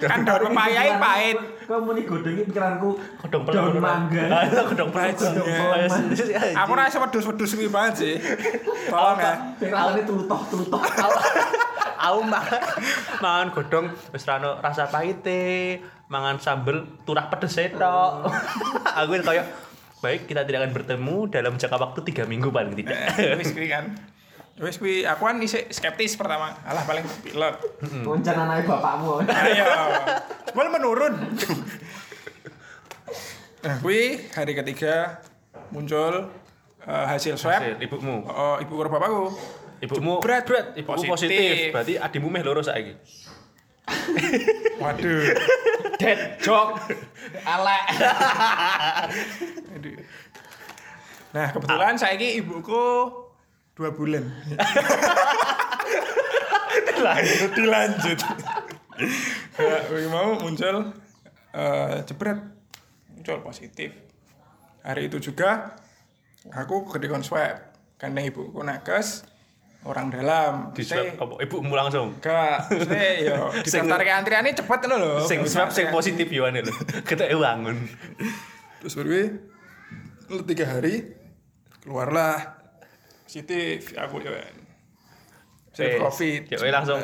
kan daun pepaya ini pahit. Kau mau nih godongin pikiranku. Godhong pelem. Daun ngono. mangga. Ah, Godhong pelem. Bajingan. Aku rasa wedus-wedus ini banget sih. Tolong ya. Pikiranku telutoh-telutoh. aku mangan mangan godhong wis ra ono rasa pahite mangan sambel turah pedes e tok aku kayak baik kita tidak akan bertemu dalam jangka waktu tiga minggu paling tidak Eh, Wis kuwi kan. Wis kuwi aku kan isih skeptis pertama. Alah paling pilek. Hmm. Koncan anaknya bapakmu. Ayo. Mal Nah, iya. menurun. Nah, kuwi hari ketiga muncul eh, hasil swab. Hasil, ibumu Oh, ibu karo bapakku. ibumu Berat, berat. ibumu positif. Positif. berarti adimu meh loro saiki Waduh. dead Jok. Alek. Aduh. Nah, kebetulan saya ini ibuku dua bulan. dilanjut, dilanjut. Ya, bagi mau muncul eh, jebret, muncul positif. Hari itu juga aku ke dikon swab karena ibuku nakes orang dalam. di swab apa ibumu langsung Gak, maksudnya yo Sing- daftar antriannya cepet lho lho. sing swab sing positif yo ane lho keteke bangun Terus baru gue, lu tiga hari keluarlah positif aku ya kan. Positif Wes, covid. ya wes langsung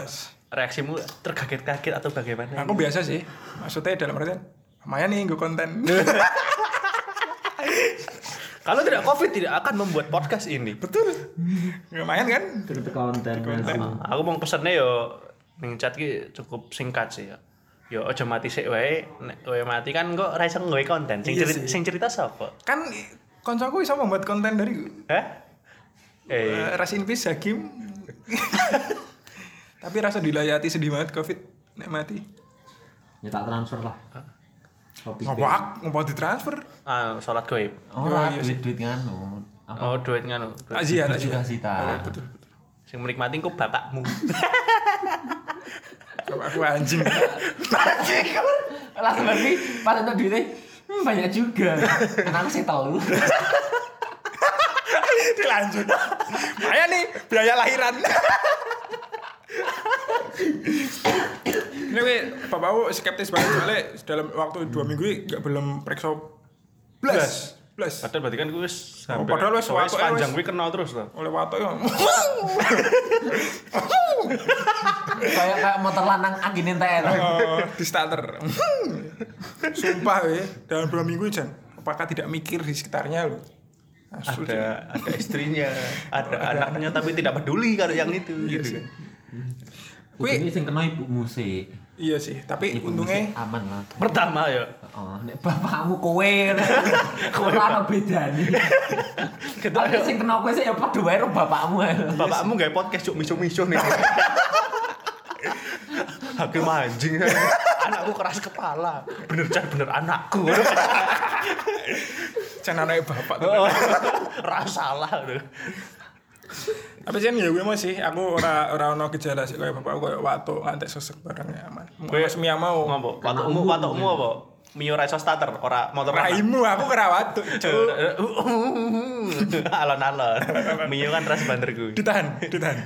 19. reaksimu terkaget-kaget atau bagaimana Aku biasa sih. Maksudnya dalam artian lumayan nih gue konten. kalau tidak covid tidak akan membuat podcast ini Betul. Lumayan kan? Terus konten. Nah, aku mau pesennya yo ning chat ki cukup singkat sih ya. Yo aja mati sik wae, nek kowe mati kan kok ra iso nggawe konten. Sing Iya cerita, sih. sing cerita sapa? Kan koncoku bisa membuat konten dari Hah? Eh, eh. ras in peace hakim. Tapi rasa dilayati sedih banget covid nek mati. Ya tak transfer lah. Kopi. Ngopak, ngopak ditransfer. ah, salat gaib. Oh, Ora iya sih. duit-duit nganu. Apa Oh, duit ngono. duit. Takziah, takziah. Iya, juga sih ta. Sing menikmati ku bapakmu. Kalau aku anjing. Langsung ngerti pas entuk duitnya. Hmm, banyak juga. Anak sih telu. dilanjut Maya nih biaya lahiran ini we, bapak aku skeptis banget soalnya dalam waktu dua minggu ini nggak belum periksa blas blas Padahal berarti kan ku wis Oh, padahal wis soalnya waktu- sepanjang wis- kuwi kenal terus to. oleh watak ya Kayak kayak motor lanang angin enten. Eh, di starter sumpah we dalam dua minggu Jan apakah tidak mikir di sekitarnya Nah, lo Asu, Jan. Ada ada istrinya, ada anaknya tapi tidak peduli kalau yang itu gitu. Kuwi- Kuwi sing kena ibumu sih. iya sih tapi Ibumu untungnya sih aman lah. Pertama ya, Oh, nek Bapakmu kowe. Kowe ana bedane. Tapi sing kena kowe sih ya padha wae karo bapakmu. bapakmu nggak podcast cuk misu-misu nih hakim anjing anakku keras kepala bener jar bener anakku Jan anaknya bapak tuh. rasalah lho. Tapi sih ya gue masih, aku ora ora ono gejala sih kayak bapak aku kayak watuk ngantek sesek barang ya aman. Gue- Mas Mia mau. ngompo watukmu watukmu apa Mio ra iso starter, ora motor lanang. Raimu aku kerawat tuh. Cuk. Alon-alon. Mio kan ras banderku. Ditahan, ditahan.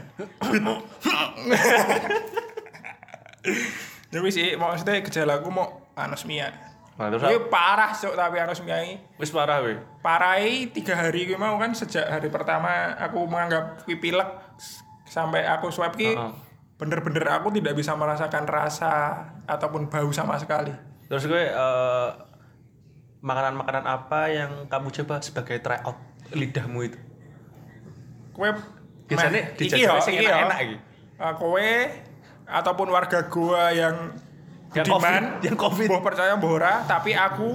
Tapi sih maksudnya gejalaku mau anosmia. Nah, terus Ini parah cuk tapi anosmia ini. wis parah we. Parai tiga hari gue mau kan sejak hari pertama aku menganggap kui pilek s- sampai aku swab ki Heeh. bener-bener aku tidak bisa merasakan rasa ataupun bau sama sekali. Terus gue eh, makanan-makanan apa yang kamu coba sebagai tryout lidahmu itu? Kue Biasanya meh, dijajal yo, sing iki yo. enak-enak iki. Eh, kowe ataupun warga gua yang Yang budiman, Covid, yang Covid. mbah percaya mbah ora, tapi aku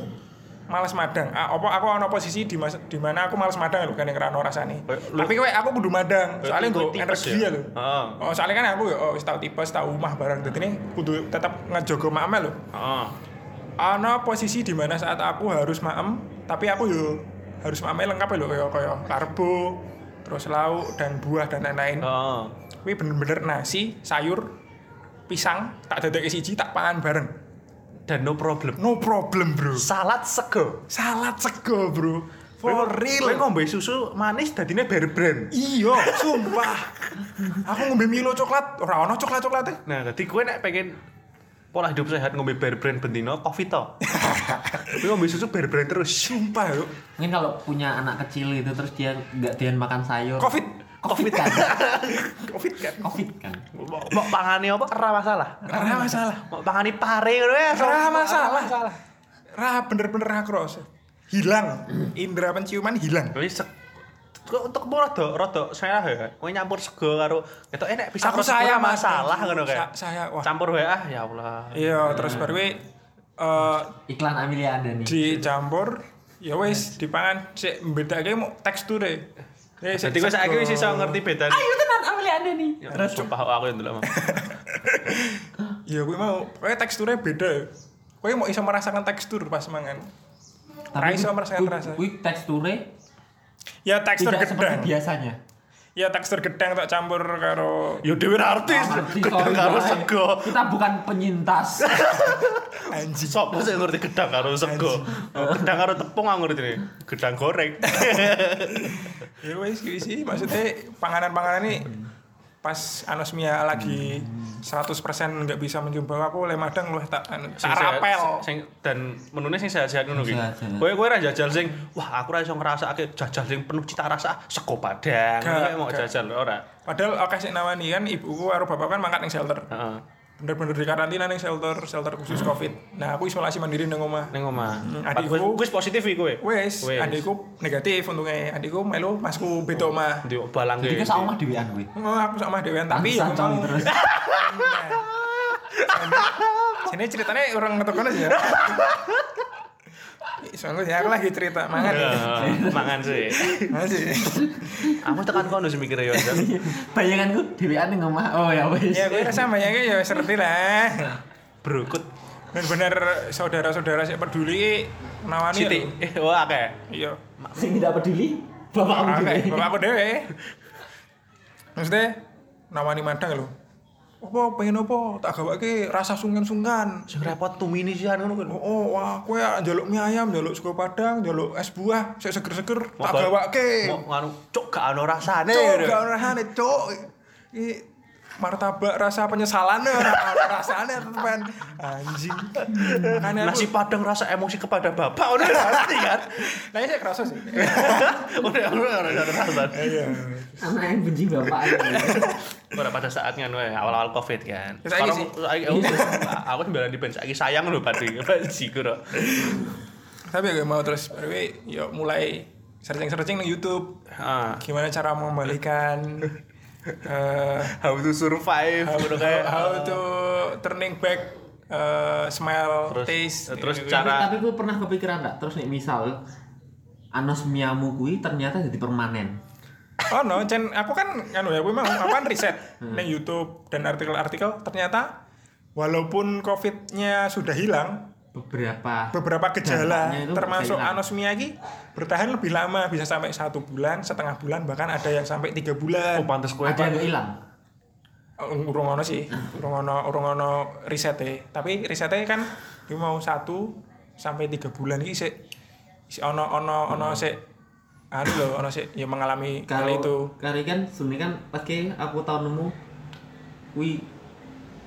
males madang. Ah, Apa aku ana posisi di mas, di mana aku males madang lho kan yang ra ono rasane. Kayak Eh, lu- Tapi kowe aku kudu madang, Kayak soalnya lu nggo tipes energi ya? ya lho. Heeh. Oh, soalnya kan aku ya oh, wis tau tipes, tau omah barang dadi kudu tetep ngejogo makme lho. Heeh. Ana posisi di mana saat aku harus maem, tapi aku yo harus maem lengkap ya lho kaya kaya karbo, terus lauk dan buah dan lain-lain. Heeh. Kuwi bener-bener nasi, sayur, pisang, tak dadek siji, tak pangan bareng. Dan no problem. No problem, bro. Salad sego. Salad sego, bro. For Kowe real. ngombe susu manis dadine bare brand. Iya, sumpah. Aku ngombe Milo coklat, ora ono coklat-coklate. Nah, jadi gue nek pengen pola hidup sehat ngombe bear brand bendino covid to. Tapi ngombe susu bear brand terus. Sumpah, yo. Mungkin kalau punya anak kecil itu terus dia nggak doyan makan sayur. Covid. Covid kan? Covid kan. Covid kan? Mau mau pangane apa ora masalah. Ora masalah. Mau pangane pare ngono ya. so- Ora masalah. masalah. Ra bener-bener ra cross. Hilang. Indra penciuman hilang. Jadi sek kok untuk apa rada rada saya ya. Kowe nyampur sego karo ketok enek bisa Aku terus saya, ora Mas. masalah ngono kayak. Sa- saya, wah. Campur wae ah ya Allah. Iya, terus baru kuwi, eh, Iklan Amelia ada nih. dicampur ya wis dipangan sik mbedake mau teksture ya Jadi gue saiki wis iso ngerti bedane. Ayo tenan Amelia ada nih. Ya, Sumpah aku yang dulu. Mam. ya gue mau pokoknya teksturnya beda gue mau iso merasakan tekstur pas mangan Ra iso merasakan rasa. Kuwi teksture ya tekstur tidak seperti gedang biasanya. ya tekstur gedang tak campur karo Yo dhewe ra artis. Ngerti, Gedang sorry, karo Bray. sego. Kita bukan penyintas. anjing Sopo sih ngerti gedang karo sego? Oh, Gedang karo tepung aku ngerti nih. Gedang goreng. ya wis gitu sih maksudnya panganan-panganan ini pas anosmia lagi 100% nggak bisa mencoba aku le madang luwih tak anu tak rapel Sing dan menune sing sehat-sehat ngono ki. Sehat-sehat. Kowe kowe ra jajal sing wah aku ra iso ngrasakake jajal sing penuh cita rasa ah, sego padang. Gak, Kowe mau gak. jajal ora? padahal oke sik nawani kan ibuku karo bapakku kan mangkat ning shelter Heeh. bener-bener di karantina nih shelter shelter khusus covid nah aku isolasi mandiri nang omah Ning omah. adikku- Wis- Wis positif iki kowe. wes adikku negatif untungnya adikku melu masku beda omah Di balang Jadi ki. kan sama dhewean kuwi. oh, aku sama dewean tapi ya Bangsa, coy, mau terus. sini ceritanya orang ngetok aja ya soalnya ya, aku lagi cerita mangan Iya ya. Iya, Mangan sih. Masih. Aku tekan kono sih mikirnya ya. Jan. Bayanganku dhewean ning omah. Oh ya wis. ya gue rasa banyaknya ya seperti lah Brokut. bener-bener saudara-saudara sih peduli nawani Siti. lho. Eh, Wah akeh. iya Sing tidak peduli bapakmu Oke, dhewe. bapak aku dewe. Maksudnya, nawani madang lho. Apa pengen apa? Tak gawake rasa sungkan-sungkan. Sing repot tumini sih ngono kan. Oh, oh, wah, kowe njaluk mie ayam, njaluk sego padang, njaluk es buah, sik seger-seger, tak Mau- gawake. Mau nganu anu, cuk gak ono rasane. Cuk, gitu. gak rasane, cuk. Iki martabak rasa penyesalan ora ono rasane teman. Anjing. Makanya aku. Nasi padang rasa emosi kepada bapak udah ngerti kan? Lah iya, sik kerasa sih. Udah udah udah udah rasa. Iya. Anak yang benci bapak. Ora pada saatnya anu ya, awal-awal covid kan. Ya, saiki Sekarang sih. saiki aku aku sembilan di band saiki sayang lho padi. Baji kuro. Tapi aku mau terus baru iki, yo ya mulai searching-searching di YouTube. Ah. gimana cara mengembalikan eh, How to survive how, ngono how, kayak. how to turning back eh, smell Terus- taste terus gitu. cara- Tapi gue pernah kepikiran nggak? Terus nih misal anosmiamu kui ternyata jadi permanen. oh no Cen, aku kan anu ya aku memang apaan riset Hmm. di YouTube dan artikel-artikel ternyata walaupun COVID-nya sudah hilang Beberapa beberapa Dampaknya gejala itu termasuk bisa hilang. anosmia ini bertahan lebih lama bisa sampai satu bulan setengah bulan bahkan ada yang sampai tiga Oh bulan pantes kowe ada yang nggak hilang. Oh, urung e. ono sih urung ono urung ono risete tapi risete kan dia mau satu sampai tiga bulan ini sik sik ono ono ono sik anu lho ono sik ya mengalami Hmm. hal kalau itu. kali kan sebenarnya kan pas ke aku tahun nemu wi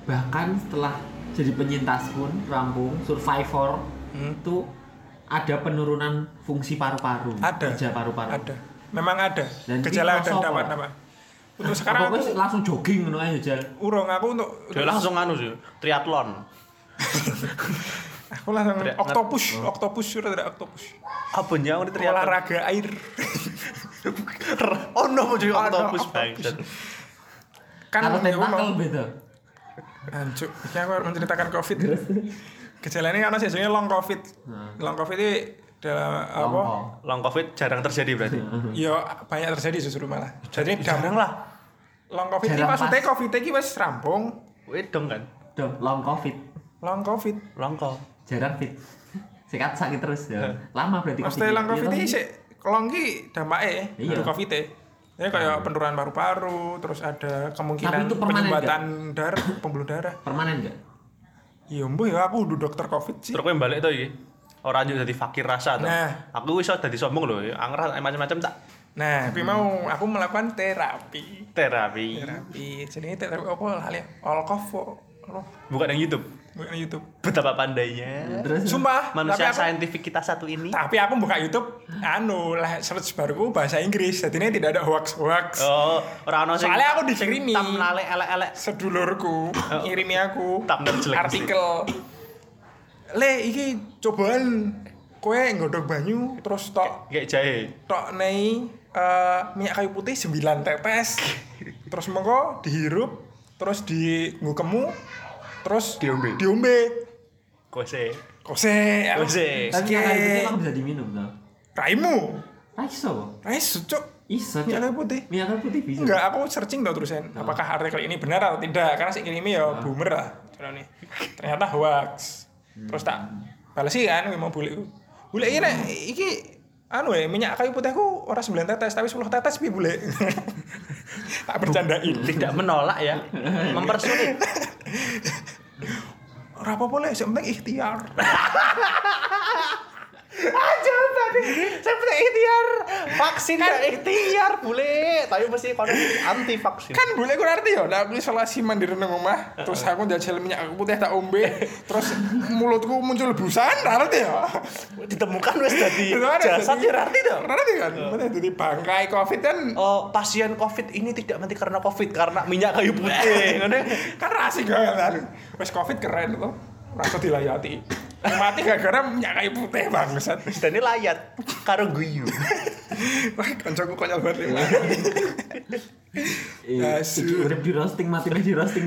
bahkan setelah jadi penyintas pun rampung survivor Hmm. itu ada penurunan fungsi paru-paru Ada. kerja paru-paru Ada. Memang ada. Dan Gejala itu rasa dan apa? dampak-dampak. Untuk sekarang sekarang aku langsung jogging ngono aja jal urung aku untuk Dia langsung anu sih, triathlon. aku langsung Teriak- octopus, Oh. octopus sudah ada octopus. Apa nyawa ini triathlon? Olahraga air. Oh no, mau jadi Ono, octopus octopus. bangsat. kan kalau ya, tentakel mau- beda Anjuk, ini aku harus menceritakan COVID. Gejalanya kan sih sebenarnya long COVID. Hmm. Long COVID ini dalam apa? Longkong. Long covid jarang terjadi berarti. Ya banyak terjadi justru malah. Jadi Jarang dampak lah. long COVID ini Jarang maksudnya pas. COVID ini wes rampung. Wedong kan. Dong, long covid Long COVID. Long covid. jarang fit sekat sakit terus ya lama berarti Maksudnya long Iya, COVID ini toh, sih long ki dampaknya Iya. dari COVID ini. Jadi Ah. Ya, kayak penurunan paru-paru, terus ada kemungkinan itu permanen penyumbatan darah, pembuluh darah. permanen nggak Iya mbah ya aku udah dokter COVID sih. Terus kowe balik to iki. Ora njuk dadi fakir rasa to. Nah. Aku iso dadi sombong lho, angrah macam-macam tak Hmm. Nah, tapi mau aku melakukan terapi. terapi. Terapi, jadi terapi apa lah ya? Olkovo, loh, Bukan yang YouTube. bukan YouTube. Betapa pandainya terus Sumpah, manusia tapi aku, saintifik kita satu ini. tapi aku buka YouTube, anu lah search baruku bahasa Inggris, jadi ini tidak ada hoax hoax. Oh, ora ono sing Soalnya aku dikirimi, tam lale elek-elek. sedulurku ngirimi aku Thumbnail Oh. jelek artikel. Le, iki cobaan kue nggodok banyu terus tok Kayak jahe. tok nei eh, minyak kayu putih 9 tetes. terus mengko dihirup, terus di ngukemu, terus Diombe. Diombe. Kose. Kose, aku- Kose. tapi Oke. kalau itu kan bisa diminum loh Raimu. Raiso, Raisu, cuk. iso Minyak Cok. kayu putih. minyak kayu putih Iya. bisa Enggak, aku searching tau terusan apakah artikel ini benar atau tidak karena sih ini ya boomer lah Jalan nih. ternyata hoax terus tak balas sih kan mau boleh boleh ini nek, iki anu ya minyak kayu putihku orang 9 tetes tapi 10 tetes bi boleh tak bercandain Tidak menolak ya, mempersulit. ora apa boleh yang penting ikhtiar Aja tadi, saya punya ikhtiar. Vaksin kan ikhtiar boleh, tapi mesti kalau anti vaksin. kan boleh kurang arti ya lah aku isolasi mandiri nang omah terus aku jajal minyak kayu putih tak ombe terus mulutku muncul busan ra arti ya ditemukan wes tadi Itu ada, jasad jadi- ya arti dong. Berarti kan? Maksudnya jadi bangkai covid kan Oh, pasien COVID ini tidak mati karena COVID karena minyak kayu putih. Ngono ya? kan rasik banget kan. Wes covid keren loh. Rasa dilayati. Yang mati gara-gara minyak kayu putih bangsat. Wis dene layat karo guyu. Wah, kancaku konyol banget ya. Eh, Asu. iki urip di roasting mati di roasting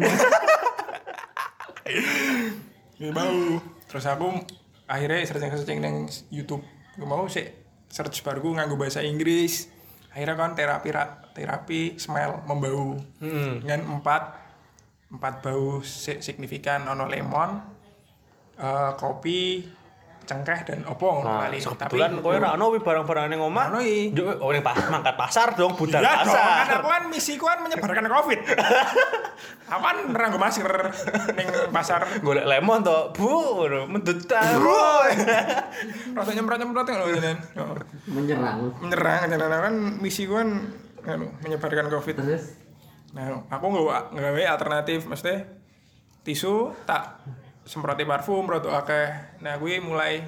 Ya bau. Terus aku akhirnya searching-searching neng YouTube. Gue mau sih search baru gue nganggo bahasa Inggris. Akhirnya kan terapi ra- terapi smell membau. Hmm. Dengan empat empat bau si- signifikan ono lemon, eh, kopi, cengkeh dan opo ngono Nah, kali. kebetulan Ya, kowe ora ono wi barang-barang ning omah. Ono i. Njuk, Oh, ning pas mangkat pasar dong, budal Ya dong, kan pasar. aku kan misiku kan menyebarkan covid. aku kan ranggo masker neng pasar. Golek lemon to, Bu, ngono, mendut ta. Rasa nyemprot-nyemprot kan loh jalan. Oh. menyerang menyerang karena kan misi gue kan anu, menyebarkan covid terus nah aku nggak nggawe alternatif maksudnya tisu tak semproti parfum produk akeh nah gue mulai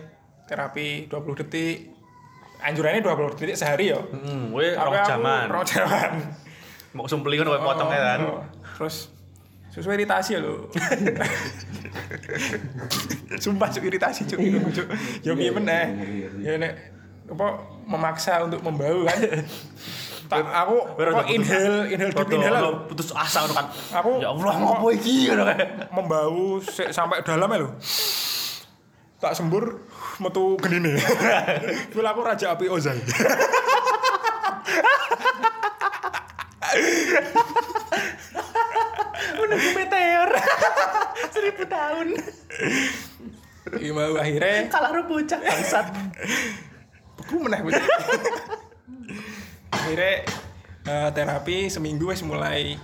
terapi 20 detik anjurannya 20 detik sehari yo Hmm, kowe Tapi rong aku jaman. rong jaman Mau sumpeli ngono kowe potong ya, kan. Oh, terus sesuai iritasi lo sumpah cuk iritasi cuk hidungku, cuk yo piye meneh ya nek apa memaksa untuk membau kan tak aku Wero, apa, tak putus- inhale inhale deep Foto, inhale ono lho. putus asa ngono kan. Aku- Oh. ya Allah ngopo iki ngono kan. membau sik sampai dalam ya lo tak sembur metu gendine Kuwi aku raja api ozan Menunggu meteor. Seribu tahun. Iki mau akhirnya Kalah ro bocah bangsat. beku meneh kuwi. akhirnya eh, terapi seminggu wes mulai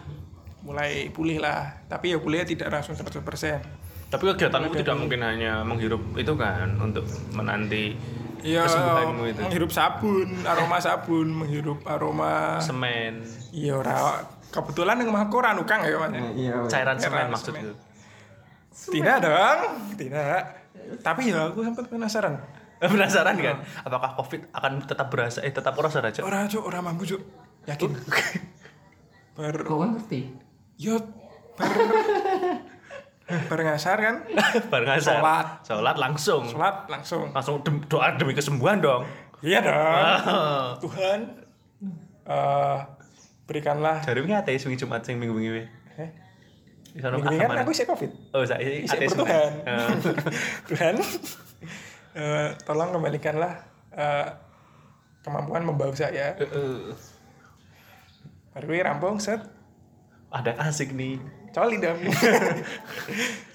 mulai pulih lah tapi ya pulihnya tidak langsung 100% Tapi kegiatanmu tidak mungkin hanya menghirup itu kan untuk menanti Iya, kesembuhanmu itu. menghirup sabun, aroma sabun, menghirup aroma Semen, iya ora kebetulan yang rumahku ora nukang ya Mas. Hmm. iya cairan semen Cairan maksudku. Tidak dong, tidak. Tapi ya aku sempat penasaran. Penasaran kan? Apakah Covid akan tetap berasa eh tetap kerasa aja? Ora cuk, ora mampu cuk. Yakin. Bar kok kan ngerti yo bar bar ngasar kan? Bareng asar. Sholat. Sholat langsung. Sholat langsung. Langsung dem- doa demi kesembuhan dong. Iya dong. Tuhan eh berikanlah Jarimnya ateis wingi Jumat sing minggu wingi. Eh? Di sana Ini agama. kan aku sih covid. Oh, saya Isik ateis. bertuhan. Heeh. Tuhan, eh, tolong kembalikanlah eh, kemampuan membau saya. Baru gue rampung, set, Ada asik nih coli dong.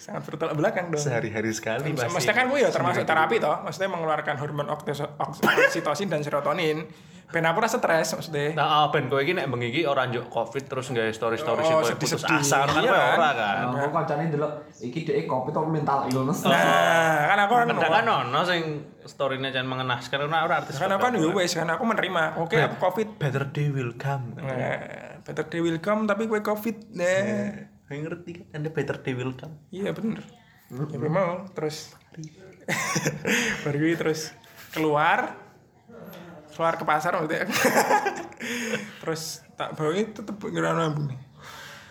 Sangat bertolak belakang dong. sehari-hari sekali pasti. Maksudnya kan gue ya termasuk terapi toh. Maksudnya mengeluarkan hormon oktes- oks- oksitosin dan serotonin. Ben aku rasa stres maksudnya. Nah, ah, ben kowe iki nek bengi iki ora njuk Covid terus nggawe story-story Oh, sih putus sedih-sedih. asa kan Iya kowe kan? ora kan. aku kancane delok iki dhek kopi to mental illness Nah, kan aku kan Kadang kan ono sing storynya jangan mengenaskan ora ora artis. kan aku kan ya wes, kan aku menerima. Oke, aku covid. Better day will come. Nah, better day will come tapi gue covid. Nah. Yang ngerti kan Anda better day will come. Iya bener. Ya memang terus pergi terus keluar keluar ke pasar maksudnya terus tak bau itu tetep ngerana ambune.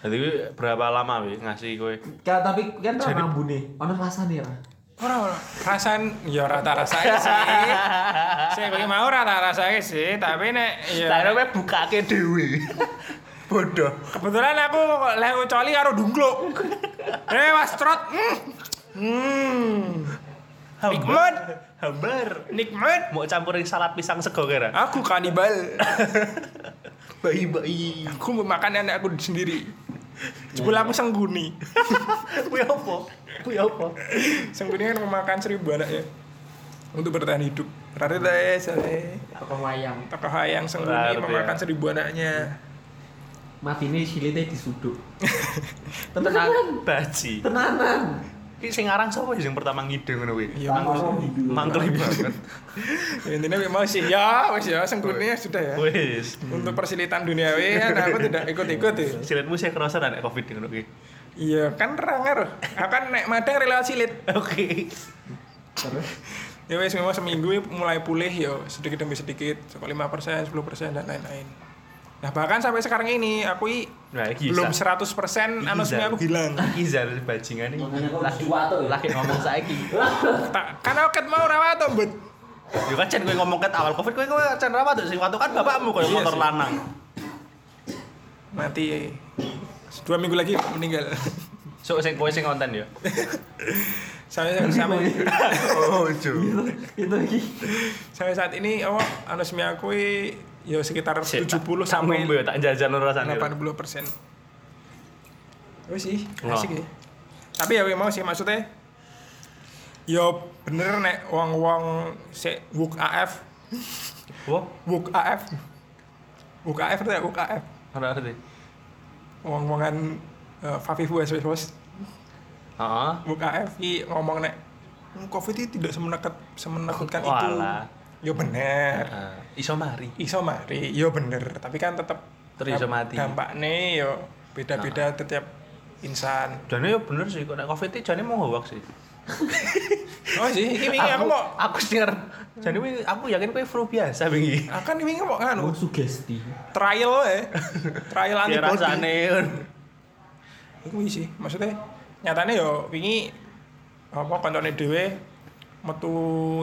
Jadi kowe berapa lama wi ngasih kowe? Kan, tapi kan ora nambune ono rasane ora Ora ora rasan ya rata rasanya sih. Saya kowe mau rata rasanya sih, tapi nek ya kowe bukake dhewe. Bodoh. kebetulan aku lek coli karo dungkluk. Eh Mas Trot. Hmm. hmm. Hambar. Nikmat, Hambar. nikmat. Mau campurin salad pisang sego kira? Aku kanibal. Bayi-bayi. aku memakan anak aku sendiri Jebul aku sengguni Kuwi apa? Kuwi apa? Sengguni kan memakan seribu anak ya Untuk bertahan hidup Berarti tak ya sale. tokoh wayang Tokoh hayang sengguni Berarti memakan ya. seribu anaknya matine silite disuduk Tenan baji. tenanan Ki sing aran sapa ya, sing pertama ngide ngono kuwi? Iya mangkel Mangkel banget. Ya, Intinya memang sih ya wes ya sengguni ya sudah ya Wis. Untuk persilitan duniawi kan aku tidak ikut-ikut ya Siletmu saya kerasa nek Covid ngono kuwi. Iya kan rangar Aku kan naik madang rela silit Oke. terus Ya wes memang seminggu ya mulai pulih ya sedikit demi sedikit Sampai 5% 10% dan lain-lain Nah bahkan sampai sekarang ini aku i- Nah, iki belum anu Isa. 100% anusnya aku hilang Izar bajingan iki. makanya kok lagi watuk ya lagi ngomong saiki tak kan aku ket mau rawat toh bet Yo kan Cen kowe ngomong ket awal Covid kowe kowe Cen rawa tuh sing watu kan bapakmu koyo Iya motor sih. lanang. nanti dua minggu lagi meninggal So sing kowe sing konten ya. sampai sampai sampai, Oh, cu. itu lagi sampai saat ini oh anusnya aku i- ya sekitar 70 sampai sampai yo tak jajan ora rasane. 80 persen. Wes sih, Wah. asik ya. Tapi ya mau sih maksudnya Yo bener nek wong-wong sik wuk AF, Wah, wuk AF. Wuk AF ta ya, wuk AF. ora ngerti. Wong-wongan eh, Fafif wes wes wes Heeh. wuk AF ki ngomong nek "Hmm, Covid itu tidak semenakut semenakutkan itu. Walah. Yo bener. Heeh. Nah, Iso mari. Iso mari, yo bener. Tapi kan tetap Terus iso mati. Nah. Dampaknya yo beda-beda setiap insan. Jane ya bener sih, kok nek Covid iki jane mau hoax sih. Oh sih, ini wingi aku mau aku denger. Jadi wingi- aku yakin kowe flu biasa wingi. akan wingi mau anu anu sugesti trial ya. trial Iya antibody. rasane. Iku wingi sih, maksudnya nyatane yo wingi apa koncone dhewe metu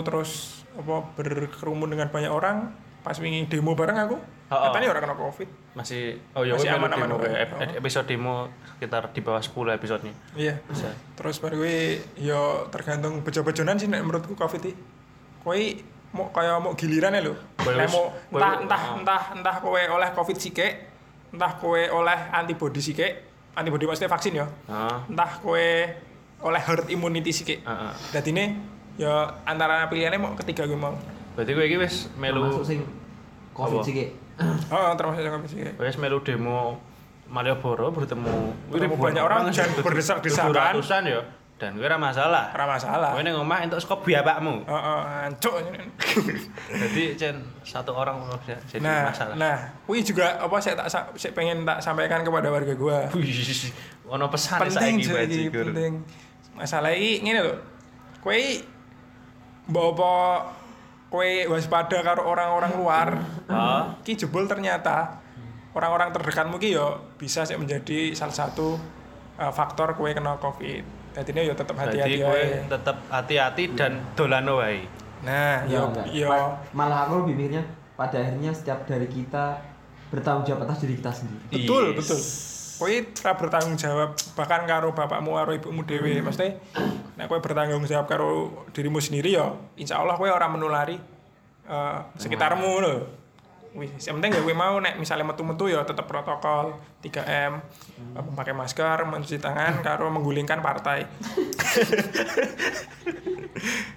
terus apa berkerumun dengan banyak orang pas wingi demo bareng aku Oh, oh. nyatane orang kena covid Masih oh ya Masih kowe melu aman-aman, demo kowe. kowe. Ep- ep- episode demo sekitar di bawah 10 episodenya. iya terus baru gue yo tergantung bejo-bejonan sih nek menurutku covid iki kowe mau kaya mau giliran ya lho Kowe wis- Nek ah. mau kowe- entah entah entah entah kowe oleh covid sike entah kowe oleh antibody sike antibody maksudnya vaksin ya Heeh. entah kowe oleh herd immunity sike Heeh. dadine ya antara pilihannya mau ketiga gue mau Berarti kowe iki wis melu masuk sing covid Apa? sih Ki. oh termasuk yang covid sike wis melu demo Malioboro bertemu Bertemu banyak orang, dan berdesak-desakan. ratusan ya. Dan gue ora masalah. Ora masalah. Kowe ning omah entuk skop biabakmu. Heeh, ancuk. Jadi Cen satu orang kok bisa jadi Nah, masalah. nah, kuwi juga apa saya tak sa- saya pengen tak sampaikan kepada warga gua. Wih, ono pesan penting saiki Pak jadi Jigur. penting. Masalah ini ngene lho. Kowe mbok apa kowe waspada karo orang-orang luar. Ah. Ki jebol ternyata orang-orang terdekatmu ki yo bisa sih menjadi salah satu eh, faktor kowe kena covid. Jadinya yo tetap Jadi hati-hati kowe wae. tetep hati-hati dan dolano wae. Iya, Nah, yo Iya enggak. yo Ma- Malah aku lebih mikirnya pada akhirnya setiap dari kita bertanggung jawab atas diri kita sendiri. betul Yes. betul kowe tra bertanggung jawab bahkan karo bapakmu karo ibumu Hmm. dhewe mesti nek kowe bertanggung jawab karo dirimu sendiri ya insyaallah kowe ora menulari eh, sekitarmu Hmm. lho Wih, yang penting ya kowe mau nek misalnya metu-metu ya tetap protokol 3M Hmm. eh, memakai masker, mencuci tangan, karo menggulingkan partai.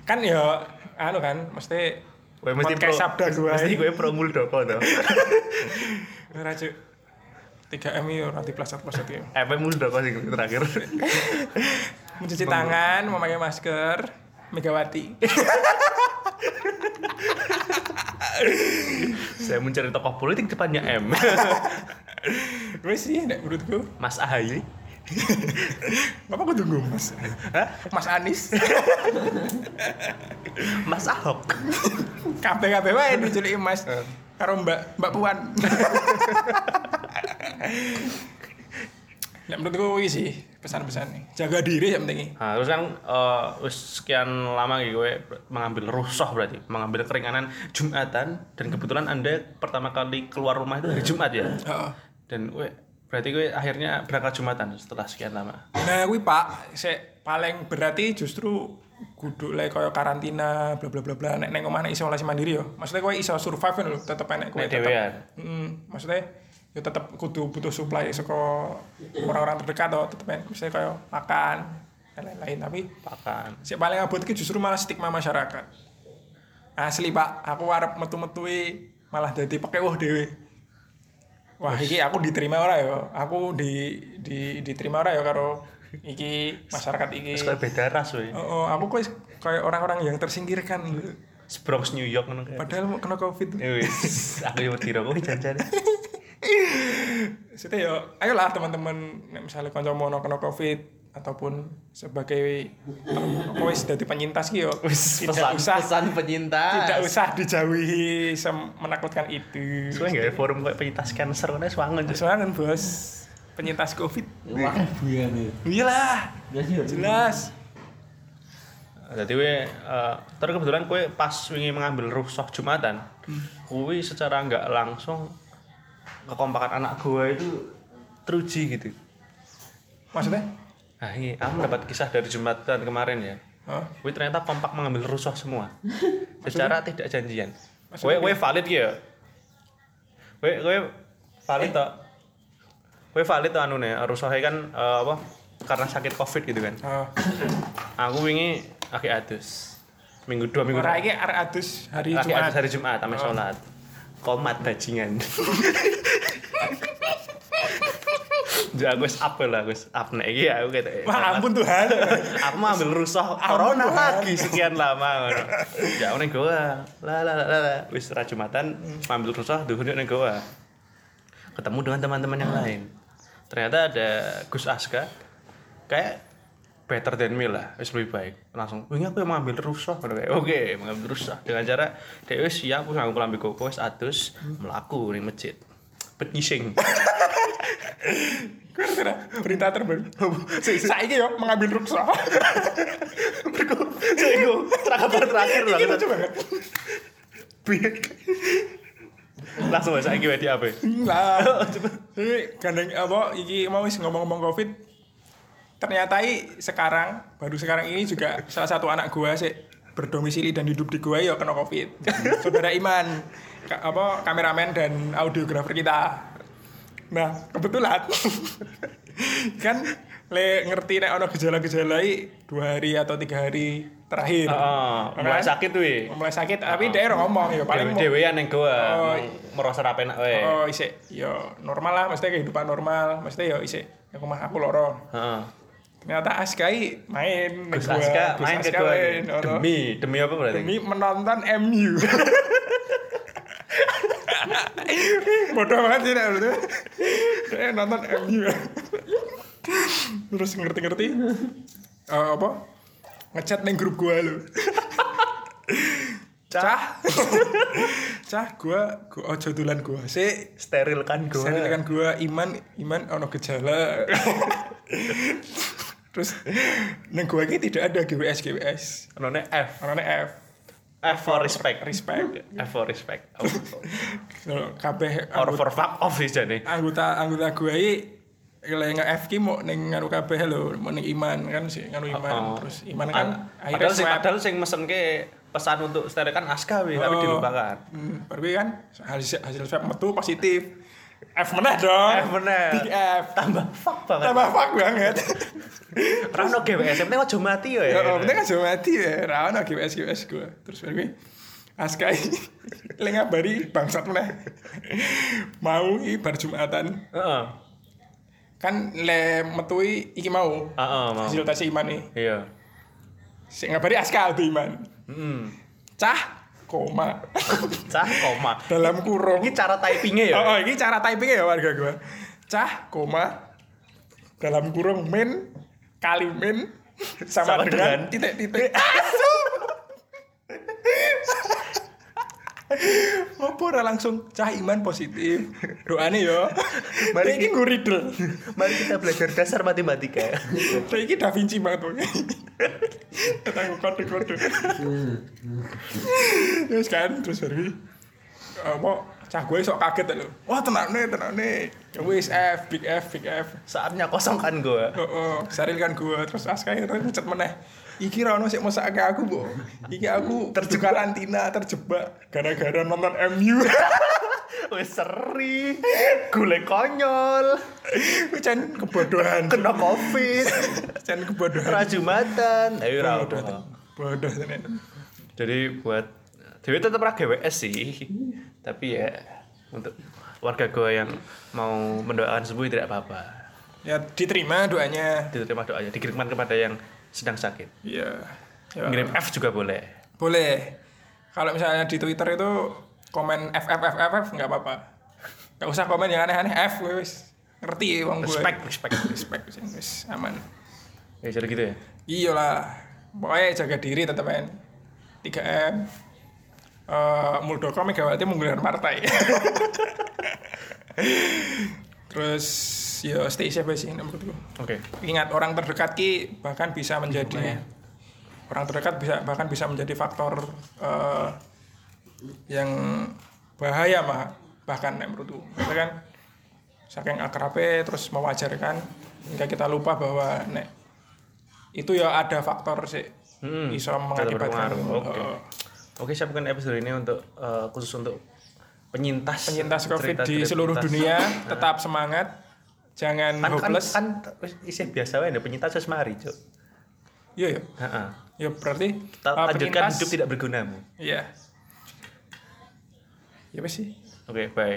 kan ya anu kan mesti Kowe mesti podcast sabda gua. Mesti kowe pro muldoko to. Eh, Ora Cuk. 3M ya ora diplasat-plasat ya. Epe muldoko sing terakhir. mencuci tangan, memakai masker, Megawati. Saya mencari tokoh politik depannya M. Gue sih, nek menurutku. Mas Ahaye. Bapak gue tunggu, Mas. Mas Anis. Mas Ahok. Kabeh-kabeh wae diculik Mas. Karo Mbak Mbak Puan. Nek menurutku gue sih pesan-pesan nih. Jaga diri yang penting. Nah, terus kan eh, wis sekian lama gitu gue mengambil rusuh berarti, mengambil keringanan Jumatan dan kebetulan Anda pertama kali keluar rumah itu hari Jumat ya. Heeh. Dan gue berarti gue akhirnya berangkat Jumatan setelah sekian lama. Nah, gue Pak, sik paling berarti justru kudu lek koyo karantina bla bla bla bla nek neng omah nek iso isolasi mandiri yo. Maksudnya kowe iso survive lho, tetep enek kowe Nek tetep dhewean. Hmm, maksudnya ya tetap kudu butuh supply saka orang-orang terdekat toh tetep kan misalnya kayak makan dan lain-lain tapi Pakan. si paling abot itu justru malah stigma masyarakat asli pak aku arep metu-metui malah jadi pakai wah dewe wah iki aku diterima ora ya aku di, di diterima ora ya karo iki masyarakat iki Terus kayak beda ras we. oh, oh, aku kok kayak orang-orang yang tersingkirkan lho. Bronx New York ngono kayak. padahal mau kena covid Eh, wis. aku yo wedi rokok jajan. Maksudnya ya, ayolah teman-teman nek misalnya konco mau kena covid ataupun sebagai kowe dadi penyintas ki yo Wis, tidak usah pesan penyintas tidak usah dijauhi sem- menakutkan itu. Terus gue nggak forum kayak penyintas cancer ngono swangen. Cuk. Soalnya bos penyintas covid. Wah, Iya, buyan ya. Iyalah, Biasanya jelas. Jadi gue eh, terus kebetulan gue pas wingi mengambil rusuh Jumatan, gue secara nggak langsung kekompakan anak gue itu teruji gitu. Maksudnya? Nah, ini aku mendapat kisah dari Jumatan kemarin ya. Hah? Gue ternyata kompak mengambil rusuh semua. secara tidak janjian. Gue Maksudnya gue valid gitu ya. Gue gue Eh. valid toh. Gue valid toh anu nih, rusuhnya kan eh, apa? Karena sakit covid gitu kan. Oh. Aku wingi akeh adus. Minggu dua minggu Ora iki arek adus hari Lagi Jumat. Oh. Jumat. hari Jumat, sampai sholat. Komat bajingan. Ya aku wis up lah, aku wis up nek iki aku kata. Wah, ampun Tuhan. Aku mau ambil rusuh corona lagi sekian lama ngono. Ya ning goa. La la la la, la. Wis ra Jumatan ambil rusuh duhur ning goa. Ketemu dengan teman-teman yang lain. Ternyata ada Gus Aska kayak better than me lah, wis lebih baik. Langsung, wingi aku yang mengambil rusuh, ngono kayak, oke, mengambil rusuh dengan cara dhewe wis siap aku nggak kelambi koko wis atus mlaku ning masjid. Penyising. Kuwi ngerti ora? Berita terbaru. Saiki yo mengambil ruksa. Iku terakhir terakhir Iki banget. lucu banget. Langsung bahasa iki wedi apa? Iya. Oh, Lah. gitu. Jadi gandeng apa iki mau wis ngomong-ngomong Covid. Ternyata i, sekarang baru sekarang ini juga salah satu anak gua sih berdomisili dan hidup di gua ya kena Covid. Hmm. Saudara Iman, ka- apa kameramen dan audiografer kita. Nah, kebetulan kan le ngerti nek ono gejala-gejala i, dua hari atau tiga hari terakhir. Kan? Heeh, Ah, mulai sakit Ah, wih. Mulai sakit, tapi dia ngomong ya paling Paling mau- dhewean ning Oh, goa, merasa ra penak wae. Oh, isik yo normal lah, maksudnya kehidupan normal, maksudnya yo isik ya rumah aku loro. Heeh. Ternyata Askai main. Gus kedua. Aska Gus main Aska kedua main, gitu. ono. demi demi apa berarti demi menonton MU. Bodoh banget sih Nek, bener. Saya nonton MU. Terus ngerti-ngerti eh, apa? Ngechat neng grup gua lu. Cah. Cah gua gua ojo dolan gua. Sik sterilkan gue Sandalkan gua iman iman ono gejala. Terus neng gua ini tidak ada GWS GWS. Nonnya F Orangnya F. F for respect Respect. F for respect Kalau kabeh or anggota for fuck off sih jadi anggota, anggota gua ini kalau nge F ki mau neng ngaruh kabeh lo, mau neng iman kan sih ngaruh iman. Terus iman kan Oh, padahal sih swab. padahal sih mesen ke pesan untuk sterilkan Aska wih tapi Oh. dilupakan Hmm, baru kan hasil hasil swab metu positif. F meneh dong. F meneh. Big F. tambah fuck banget Tambah fuck banget. Rano GWS penting aja mati ya Ya, penting kan cuma mati ya. Rawan oke GWS GWS gue. Terus baru gue Askai lagi ngabari bangsat meneh. mau i bar Jumatan. Heeh. Kan le metui iki mau. Heeh, mau Hasil tes iman nih. iya Sing ngabari Aska tuh iman. Hmm. Cah koma. cah koma Dalam kurung. ini cara typingnya ya Oh, oh, ini cara typingnya ya warga gue. Cah koma dalam kurung min kali min sama, Sama dengan dengan. titik-titik. Asu. Ngopo ora langsung cah iman positif. Doane yo. Mari Mari iki nggo riddle. mari kita belajar dasar matematika ya. Tapi iki Da Vinci banget pokoknya. Tentang kode-kode. terus kan terus baru apa cah gue sok kaget lho. Wah tenang nih tenang nih. Ya wis F big F big F. saatnya kosong kan gue Oh, oh, Saril kan gue terus Aska itu ngecet meneh. Iki Rano sih masa ke aku bu. Iki aku terjebak karantina terjebak gara-gara nonton MU. wis seri gule konyol Cen kebodohan. kena covid Cen kebodohan. rajumatan ayo ra Bodoh. Bodoh tenan. jadi buat Dewi tetap ra GWS sih tapi ya untuk warga gue yang mau mendoakan sembuh tidak apa-apa Ya diterima doanya. diterima doanya dikirimkan kepada yang sedang sakit Iya. Ya. ngirim F juga boleh Boleh. Kalau misalnya di Twitter itu komen F F F F F nggak apa-apa. Nggak usah komen yang aneh-aneh F wis. Ngerti wong gue. respect respect Respect wis aman. ya jadi gitu ya Iyalah, pokoknya jaga diri tetap kan. 3M. Eh, Muldoko Megawati menggunakan partai. Terus ya stay safe sih menurutku. oke Ingat orang terdekat ki bahkan bisa Iya. menjadi orang terdekat bisa bahkan bisa menjadi faktor eh, yang bahaya mah bahkan nek menurutku. Karena kan saking akrabnya terus mewajarkan hingga kita lupa bahwa nek itu ya ada faktor sih Hmm, bisa ada mengakibatkan berpengaruh, oke. eh, Oke, saya bukan episode ini untuk eh, khusus untuk penyintas penyintas covid cerita- di cerita- seluruh penyintas. dunia tetap semangat jangan Kan kan hopeless kan isi biasa wae ada penyintas wis mari, Cuk. iya ya Heeh. ya berarti Ta- eh, Lanjutkan penyintas- hidup tidak bergunamu. iya ya apa sih Oke, bye.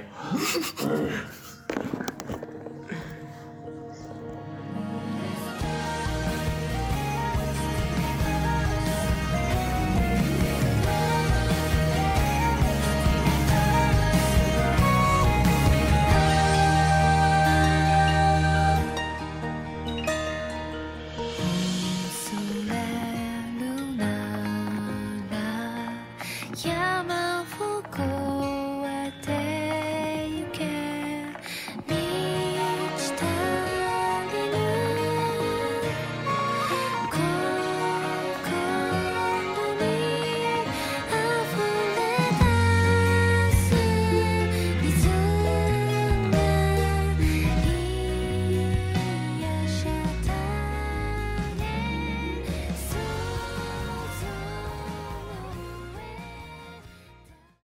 空のような山を越